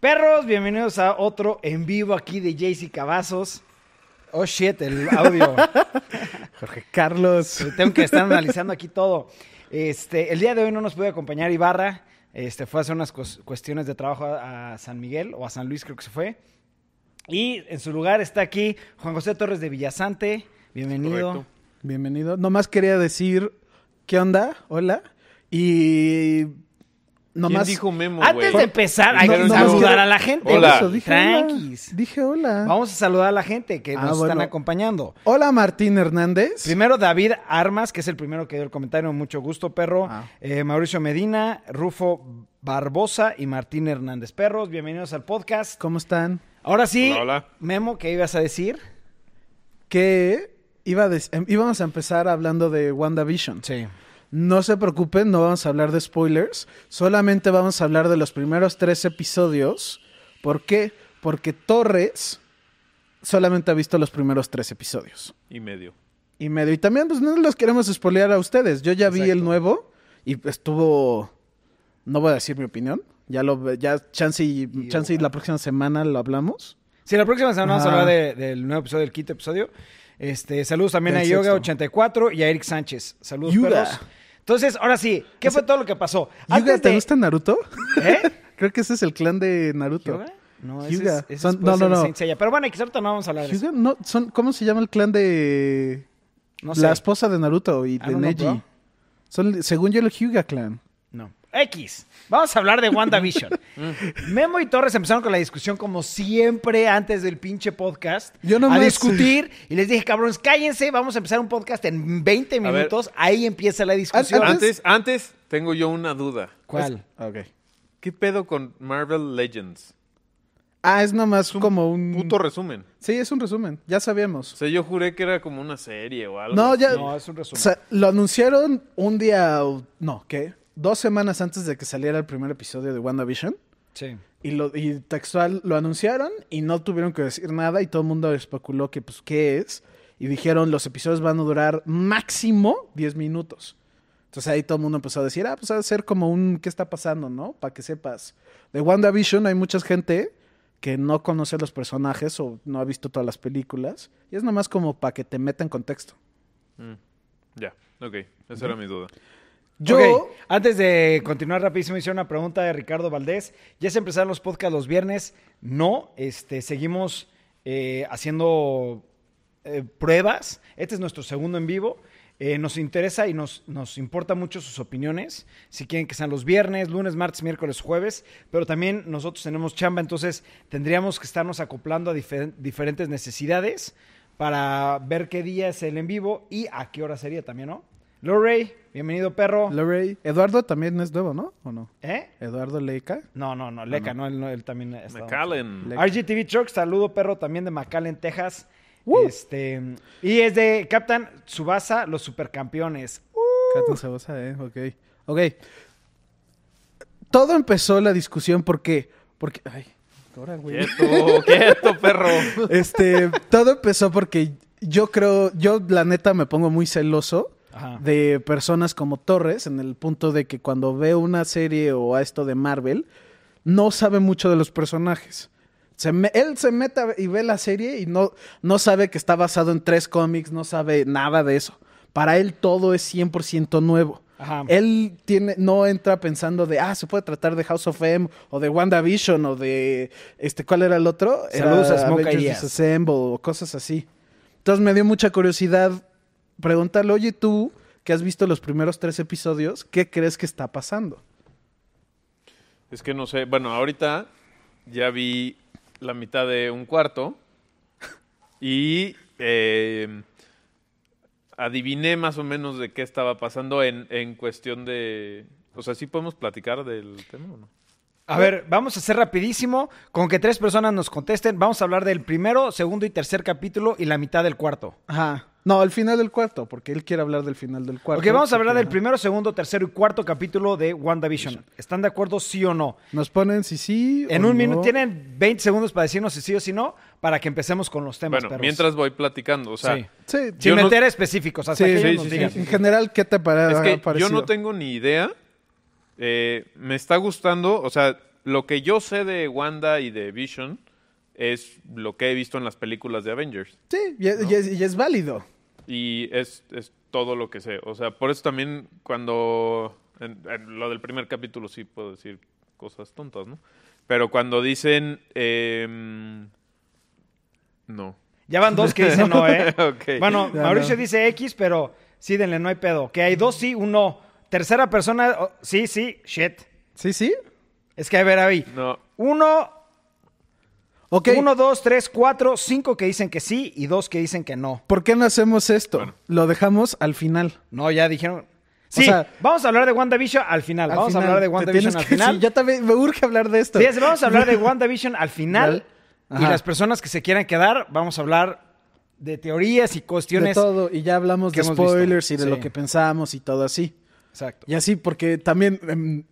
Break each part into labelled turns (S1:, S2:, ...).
S1: Perros, bienvenidos a otro en vivo aquí de Jaycee Cavazos. Oh shit, el audio.
S2: Jorge Carlos.
S1: Tengo que estar analizando aquí todo. Este, el día de hoy no nos puede acompañar Ibarra. Este, fue a hacer unas cos- cuestiones de trabajo a, a San Miguel o a San Luis, creo que se fue. Y en su lugar está aquí Juan José Torres de Villasante. Bienvenido.
S3: Correcto.
S2: Bienvenido. Nomás quería decir, ¿qué onda? Hola. Y
S3: ¿Quién
S2: nomás...
S3: dijo Memo,
S1: Antes
S3: güey? Pues
S1: de empezar, hay que
S3: Dijeron yo.
S1: saludar a la gente.
S2: Por
S3: Hola.
S2: eso dije
S1: Tranquis.
S2: hola. Dije hola.
S1: Vamos a saludar a la gente que
S2: Ah,
S1: nos están
S2: bueno.
S1: acompañando.
S2: Hola Martín Hernández.
S1: Primero David Armas, que es el primero que dio el comentario, mucho gusto, perro.
S2: Ah.
S1: Eh, Mauricio Medina, Rufo Barbosa y Martín Hernández. Perros, bienvenidos al podcast.
S2: ¿Cómo están?
S1: Ahora sí,
S3: Hola, hola.
S1: Memo, ¿qué ibas a decir?
S2: Que iba a dec- em- íbamos a empezar hablando de WandaVision.
S1: Sí.
S2: No se preocupen, no vamos a hablar de spoilers, solamente vamos a hablar de los primeros tres episodios. ¿Por qué? Porque Torres solamente ha visto los primeros tres episodios.
S3: Y medio.
S2: Y medio. Y también, pues no los queremos spoilear a ustedes. Yo ya vi
S1: Exacto.
S2: el nuevo y estuvo. No voy a decir mi opinión. Ya lo ve- ya chance y, chance y la próxima semana lo hablamos.
S1: Sí, la próxima semana vamos a
S2: Ajá.
S1: hablar de- del nuevo episodio, del quinto episodio. Este, saludos también
S2: Del
S1: a
S2: sexto.
S1: Yoga84 y a Eric Sánchez. Saludos,
S2: Yuga.
S1: perros. Entonces, ahora sí, ¿qué fue todo lo que pasó?
S2: Yuga,
S1: Antes
S2: ¿te
S1: de-
S2: gusta Naruto?
S1: ¿Eh?
S2: Creo que ese es el clan de Naruto.
S1: ¿Yoga? No, ese
S2: Yuga.
S1: es, ese
S2: Son-
S1: es- puede
S2: no, no,
S1: ser de
S2: no.
S1: Saint Seiya. Pero bueno, quizás ahorita no vamos a hablar de eso.
S2: Hyuga, no, son, ¿cómo se llama el clan de
S1: No
S2: la
S1: sé. Ah,
S2: esposa de Naruto y
S1: I
S2: de
S1: don't know, bro.
S2: Neji? Son, según yo, el Hyuga clan.
S1: No. X. Vamos a hablar de WandaVision. Memo y Torres empezaron con la discusión como siempre antes del pinche podcast.
S2: Yo
S1: a
S2: nomás-
S1: discutir. Y les dije, cabrones, cállense. Vamos a empezar un podcast en 20
S3: ver.
S1: minutos. Ahí empieza la discusión.
S2: Antes-
S3: Antes, antes tengo yo una duda.
S1: ¿Cuál?
S2: Ok.
S3: ¿Qué pedo con Marvel Legends?
S2: Ah, es nomás como un.
S3: Puto resumen.
S2: Sí, es un resumen. Ya
S3: O
S2: sabíamos.
S3: sea, yo juré que era como una serie o algo.
S2: No, ya.
S1: No, es un
S2: O
S1: resumen.
S2: sea, lo anunciaron un día, o- no, ¿qué? Dos semanas antes de que saliera el primer episodio de WandaVision.
S1: sí.
S2: Y, lo, y textual lo anunciaron y no tuvieron que decir nada y todo el mundo especuló que, pues, ¿qué es? Y dijeron, los episodios van a durar máximo 10 minutos. Entonces ahí todo el mundo empezó a decir, ah, pues va a ser como un, ¿qué está pasando, no? Para que sepas. De WandaVision hay mucha gente que no conoce los personajes o no ha visto todas las películas. Y es nada más como para que te meta en contexto.
S3: Ya, ok. Esa era mi duda.
S2: Yo...
S1: Ok, Antes de continuar rapidísimo, hice una pregunta de Ricardo Valdés. ¿Ya se empezaron los podcasts los viernes? No, este, seguimos eh, haciendo eh, pruebas. Este es nuestro segundo en vivo. Eh, nos interesa y nos, nos importa mucho sus opiniones. Si quieren que sean los viernes, lunes, martes, miércoles, jueves. Pero también nosotros tenemos chamba, entonces tendríamos que estarnos acoplando a difer- diferentes necesidades para ver qué día es el en vivo y a qué hora sería también, ¿no? Lorray, bienvenido perro.
S2: Lorey. Eduardo también es nuevo, ¿no? ¿O no?
S1: ¿Eh?
S2: Eduardo Leica.
S1: No, no, no, Leca, no, él, no, él también está.
S3: McAllen.
S2: Le-
S1: RGTV Truck, saludo perro también de McAllen, Texas.
S2: ¡Woo!
S1: Este, y es de Captain Subasa, los supercampeones.
S2: Captain Tsubasa, eh, ok. Ok. Todo empezó la discusión porque. Porque. Ay, ahora, güey.
S3: Quieto, quieto, perro.
S2: Este. Todo empezó porque yo creo. Yo, la neta, me pongo muy celoso
S1: Ajá.
S2: de personas como Torres, en el punto de que cuando veo una serie o a esto de Marvel, no sabe mucho de los personajes. Se me- él se meta y ve la serie y no, no sabe que está basado en tres cómics, no sabe nada de eso. Para él todo es 100% nuevo.
S1: Ajá.
S2: Él tiene, no entra pensando de, ah, se puede tratar de House of M o de WandaVision o de, este, ¿cuál era el otro? Era
S1: Saludos a Smoke
S2: Avengers
S1: Ideas.
S2: Disassemble o cosas así. Entonces me dio mucha curiosidad preguntarle, oye, tú que has visto los primeros tres episodios, ¿qué crees que está pasando?
S3: Es que no sé. Bueno, ahorita ya vi la mitad de un cuarto. Y eh, adiviné más o menos de qué estaba pasando en, en cuestión de. O sea, ¿sí podemos platicar del tema o no?
S1: A ver, vamos a hacer rapidísimo con que tres personas nos contesten. Vamos a hablar del primero, segundo y tercer capítulo y la mitad del cuarto.
S2: Ajá. No, al final del cuarto, porque él quiere hablar del final del cuarto.
S1: Ok, vamos a hablar del
S2: Ajá.
S1: primero, segundo, tercero y cuarto capítulo de WandaVision. ¿Están de acuerdo sí o no?
S2: Nos ponen si sí.
S1: En
S2: o
S1: un
S2: no.
S1: minuto, tienen 20 segundos para decirnos si sí o si no, para que empecemos con los temas.
S3: Bueno,
S1: perros.
S3: mientras voy platicando, o sea,
S1: Sí.
S2: Sí,
S1: Sin
S3: Yo no-
S1: meter específicos, hasta
S2: sí,
S1: que ellos
S3: sí,
S1: nos
S3: sí,
S1: digan.
S2: En general, ¿qué te pare-
S3: es
S2: ha
S3: que yo
S2: parecido?
S3: no tengo ni idea. eh, me está gustando, o sea, lo que yo sé de Wanda y de Vision es lo que he visto en las películas de Avengers.
S2: Sí, y, es- y es, y es válido.
S3: Y es, es todo lo que sé. O sea, por eso también cuando... En, en lo del primer capítulo sí puedo decir cosas tontas, ¿no? Pero cuando dicen... em, no.
S1: Ya van dos que dicen no, ¿eh?
S3: Ok.
S1: Bueno,
S2: Ya,
S1: Mauricio
S2: no.
S1: dice X, pero sí, denle, no hay pedo. Que hay dos sí, uno. Tercera persona, oh, sí, sí, shit.
S2: ¿Sí, sí?
S1: Es que a ver ahí.
S3: No.
S1: Uno,
S2: Ok.
S1: uno, dos, tres, cuatro, cinco que dicen que sí y dos que dicen que no.
S2: ¿Por qué no hacemos esto? Lo dejamos al final.
S1: No, ya dijeron. Sí,
S2: sea-
S1: vamos a hablar de WandaVision al final.
S2: Al
S1: vamos
S2: final.
S1: a hablar de
S2: Te
S1: WandaVision
S2: tienes
S1: al
S2: que-
S1: final.
S2: sí, yo también me urge hablar de esto.
S1: Sí, es- vamos a hablar de WandaVision al final.
S2: Ajá.
S1: Y las personas que se quieran quedar, vamos a hablar de teorías y
S2: de
S1: cuestiones.
S2: todo. Y ya hablamos
S1: que
S2: de
S1: hemos visto.
S2: spoilers y de
S1: Sí.
S2: lo que pensamos y todo así.
S1: Exacto.
S2: Y así, porque también em,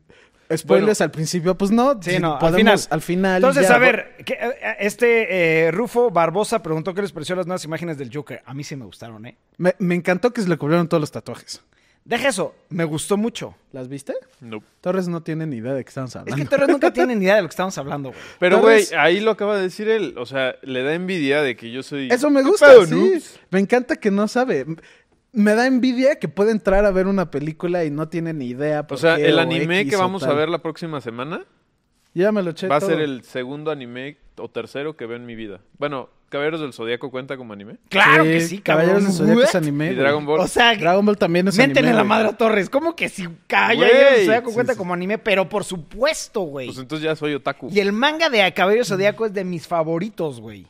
S2: spoilers al principio, pues no.
S1: Sí,
S2: si
S1: no, al final.
S2: podemos, al final. y
S1: Entonces,
S2: ya.
S1: a ver, ¿qué- eh, este eh, Rufo Barbosa preguntó qué les pareció las nuevas imágenes del Joker. A mí sí me gustaron, ¿eh?
S2: Me, me encantó que se le cubrieron todos los tatuajes.
S1: Deja eso, me gustó mucho.
S2: ¿Las viste?
S3: no.
S2: Torres no tiene ni idea de qué estamos
S1: Es
S2: hablando.
S1: que Torres nunca tiene ni idea de lo que estamos hablando, güey.
S3: Pero,
S2: Tal
S3: güey,
S2: vez-
S3: ahí lo acaba de decir él. O sea, le da envidia de que yo soy...
S2: Eso me
S3: ¿Qué
S2: gusta,
S3: pedo,
S2: sí.
S3: noobs?
S2: Me encanta que no sabe. Me da envidia que puede entrar a ver una película y no tiene ni idea.
S3: O
S2: por
S3: sea,
S2: qué
S3: el
S2: o
S3: anime
S2: X
S3: que
S2: o
S3: vamos a
S2: tal.
S3: ver la próxima semana
S2: Ya me lo eché
S3: va a
S2: todo.
S3: ser el segundo anime o tercero que veo en mi vida. Bueno, Caballeros del Zodíaco cuenta como anime.
S1: Claro que sí, cabrón.
S2: Caballeros del Zodiaco es
S1: What?
S2: anime.
S3: Y
S2: güey.
S3: Dragon Ball.
S1: O sea,
S2: Dragon Ball también es
S1: Méntele
S2: anime.
S1: la
S2: güey.
S1: madre a Torres. ¿Cómo que si calla?
S3: Güey.
S1: Yo se da
S2: Sí,
S1: cuenta
S2: sí.
S1: como anime, pero por supuesto, güey.
S3: Pues entonces ya soy otaku.
S1: y el manga de Cabello Zodíaco es de mis favoritos, güey.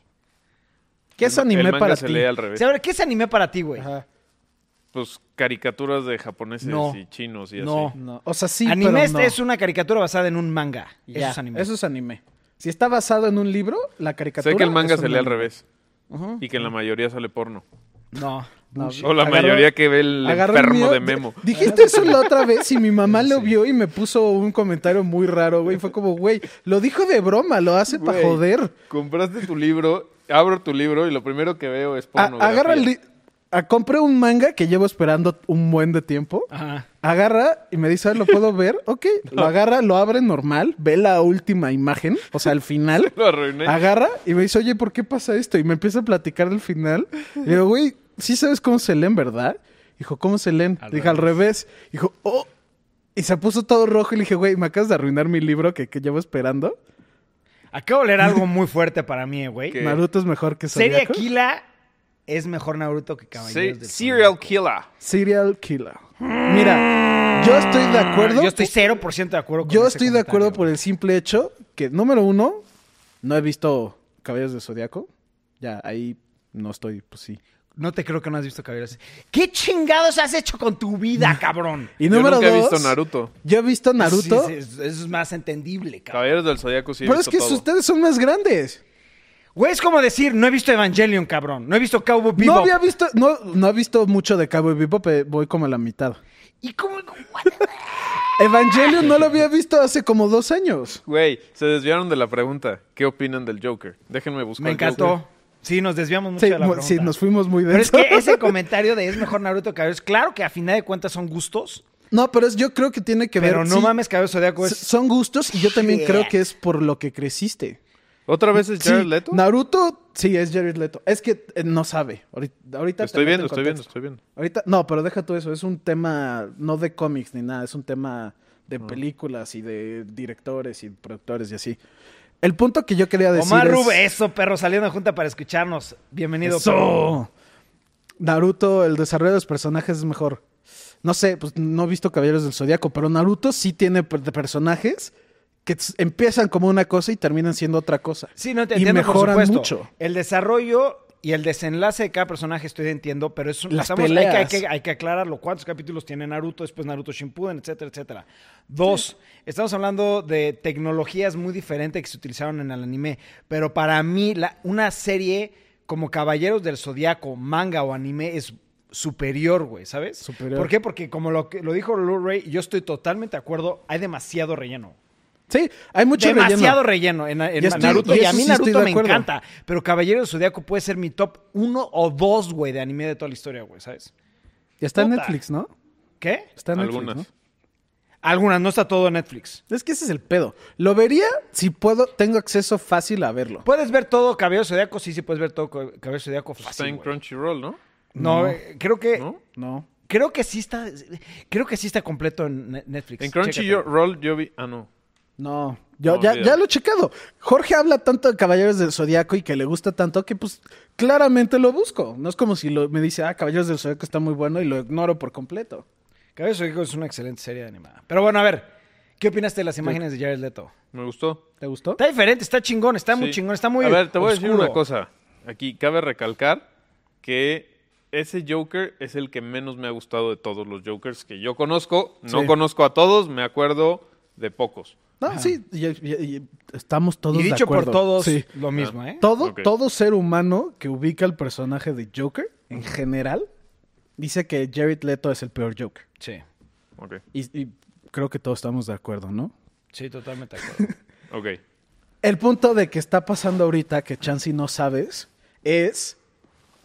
S2: ¿Qué es
S3: El ma-
S2: anime
S3: el manga
S2: para
S3: se
S2: ti?
S3: lee al revés.
S1: O sea, ahora, ¿qué es anime para ti, güey?
S2: Ajá.
S3: Pues caricaturas de japoneses
S1: No.
S3: y chinos y
S1: No.
S3: así.
S2: No, O sea, sí, pero
S1: anime es-
S2: no.
S1: es una caricatura basada en un manga.
S2: Ya,
S1: Eso es anime.
S2: Eso es anime. Si está basado en un libro, la caricatura...
S3: Sé que el manga
S2: es
S3: se
S2: un
S3: lee al
S2: anime.
S3: revés. Y que en la mayoría sale porno.
S1: No.
S2: No,
S3: O la
S2: agarró-
S3: mayoría que ve el
S2: agarró el
S3: enfermo
S2: mío.
S3: de Memo.
S2: Dijiste eso la otra vez y mi mamá lo vio y me puso un comentario muy raro, güey. Fue como, güey, lo dijo de broma, lo hace para
S3: Güey,
S2: joder.
S3: Compraste tu libro, abro tu libro y lo primero que veo es
S2: A-
S3: porno.
S2: agarra el... li- a- compré un manga que llevo esperando un buen de tiempo.
S1: Ajá.
S2: Agarra y me dice, "Ah, ¿lo puedo ver? Ok. Lo agarra, lo abre normal, ve la última imagen, o sea, al final.
S3: Lo arruiné.
S2: Agarra y me dice, oye, ¿por qué pasa esto? Y me empieza a platicar del final. Y le digo, güey, ¿sí sabes cómo se leen, verdad? Dijo, ¿cómo se leen?
S1: Al
S2: dije, al revés. Dijo, oh. Y se puso todo rojo y le dije, güey, me acabas de arruinar mi libro que, que llevo esperando.
S1: Acabo de leer algo muy fuerte para mí, eh, güey.
S3: ¿Qué?
S2: Naruto es mejor que
S1: Serie
S2: Zodiaco.
S1: Kila es mejor Naruto que Caballeros
S3: Sí,
S1: del Ah,
S3: serial killer.
S2: Serial Killer. Mira, yo estoy de
S1: Zodiaco.
S2: acuerdo.
S1: Ah, Yo estoy 0% de acuerdo con
S2: Yo
S1: ese
S2: estoy de acuerdo
S1: comentario.
S2: por el simple hecho que, número uno, no he visto Caballos de Zodiaco. Ya, ahí no estoy, pues sí.
S1: No te creo que no has visto Caballeros. ¿Qué chingados has hecho con tu vida, cabrón?
S2: Y
S3: Yo
S2: número
S3: nunca he
S2: dos,
S3: visto Naruto.
S2: Yo he visto Naruto.
S1: Sí, sí, eso es más entendible, cabrón.
S3: Caballeros del Zodíaco sí he
S2: Pero es
S3: visto
S2: que
S3: todo.
S2: ustedes son más grandes.
S1: Güey, es como decir, no he visto Evangelion, cabrón. No he visto Cowboy Bebop.
S2: No había visto, no, no he visto mucho de Cowboy Bebop, eh, voy como a la mitad.
S1: ¿Y cómo?
S2: Evangelion no lo había visto hace como dos años.
S3: Güey, se desviaron de la pregunta. ¿Qué opinan del Joker? Déjenme buscar.
S1: Me
S3: al Joker.
S1: encantó. Sí, nos desviamos mucho
S2: Sí,
S1: de la
S2: mu-
S1: pregunta.
S2: sí, nos fuimos muy de
S1: Pero es que ese comentario de es mejor Naruto que Caballeros, claro que a final de cuentas son gustos,
S2: No, pero es, yo creo que tiene que ver.
S1: pero no
S2: sí,
S1: mames, pues Caballeros Zodíaco
S2: s-
S1: es...
S2: Son gustos y yo también
S1: Shit.
S2: creo que es por lo que creciste.
S3: ¿Otra vez es
S2: Sí,
S3: Jared Leto?
S2: Naruto, sí, es Jared Leto. Es que eh, no sabe. Ahorita, ahorita te
S3: Estoy
S2: meto
S3: viendo,
S2: en
S3: estoy viendo,
S2: contexto.
S3: estoy viendo.
S2: Ahorita, no, pero deja tú eso. Es un tema no de cómics ni nada. Es un tema de películas y de directores y productores y así. El punto que yo quería decir
S1: Omar
S2: es...
S1: Rube, eso, perro, saliendo junta para escucharnos. Bienvenido. perro.
S2: ¡Eso! Naruto, el desarrollo de los personajes es mejor. No sé, pues no he visto Caballeros del Zodiaco, pero Naruto sí tiene per- de personajes que s- empiezan como una cosa y terminan siendo otra cosa.
S1: Sí, no te
S2: Y
S1: entiendo,
S2: mejoran
S1: por supuesto.
S2: mucho.
S1: El desarrollo y el desenlace de cada personaje estoy de entiendo, pero es un-
S2: Las
S1: hay que- hay que- Hay, que,
S2: peleas.
S1: aclararlo. ¿Cuántos capítulos tiene Naruto, después Naruto Shippuden, etcétera, etcétera? Dos, estamos hablando de tecnologías muy diferentes que se utilizaron en el anime, pero para mí la- una serie como Caballeros del Zodiaco, manga o anime es superior, güey, ¿sabes?
S2: Superior.
S1: ¿Por qué? Porque como lo, que- lo dijo Lou Ray, yo estoy totalmente de acuerdo, hay demasiado relleno
S2: Sí, hay mucho
S1: demasiado
S2: relleno.
S1: relleno, en, en
S2: Ya estoy-
S1: Naruto. Y
S2: y
S1: a
S2: eso
S1: mí
S2: sí estoy
S1: Naruto
S2: de
S1: me
S2: acuerdo.
S1: encanta. Pero Caballero del Zodíaco puede ser mi top uno o dos, güey, de anime de toda la historia, güey, ¿sabes?
S2: Y está en
S1: Puta.
S2: Netflix, ¿no?
S1: ¿Qué?
S2: Está en Netflix,
S3: Algunas.
S2: ¿no?
S1: Algunas, no está todo en Netflix.
S2: Es que ese es el pedo. Lo vería si puedo, tengo acceso fácil a verlo.
S1: ¿Puedes ver todo Cabello Zodíaco? Sí, sí, puedes ver todo co- Cabello Zodíaco
S3: Pues
S1: fácil.
S3: está en
S1: güey.
S3: Crunchyroll, ¿no?
S1: No,
S2: No.
S1: eh, creo que.
S3: ¿No?
S2: No.
S1: Creo que sí está. Creo que sí está completo en Ne- Netflix.
S3: En Crunchyroll yo vi. Ah, no.
S2: No. Yo
S3: No,
S2: ya,
S3: olvídalo.
S2: ya lo he checado. Jorge habla tanto de Caballeros del Zodiaco y que le gusta tanto que, pues, claramente lo busco. No es como si lo- me dice, ah, Caballeros del Zodiaco está muy bueno y lo ignoro por completo.
S1: Chécate. Cabello Zodíaco es una excelente serie animada. Pero bueno, a ver. ¿Qué opinaste de las imágenes de Jared Leto?
S3: Me gustó.
S2: ¿Te gustó?
S1: Está diferente, está chingón, está muy
S3: Sí.
S1: chingón, está muy.
S3: A ver, te voy a decir
S1: oscuro.
S3: una cosa. Aquí cabe recalcar que ese Joker es el que menos me ha gustado de todos los Jokers que yo conozco. No
S2: Sí.
S3: conozco a todos, me acuerdo de pocos.
S2: No, sí, y- y- y estamos todos
S1: Y
S2: de
S1: dicho por
S2: acuerdo.
S1: todos,
S2: Sí.
S1: lo
S3: Ah.
S1: mismo, ¿eh?
S2: Todo,
S3: Ok.
S2: todo ser humano que ubica el personaje de Joker, en general, dice que Jared Leto es el peor Joker.
S1: Sí,
S3: Ok,
S2: Y, y creo que todos estamos de acuerdo, ¿no?
S1: sí, totalmente de acuerdo.
S3: ok.
S2: El punto de que está pasando ahorita, que Chansey no sabes, es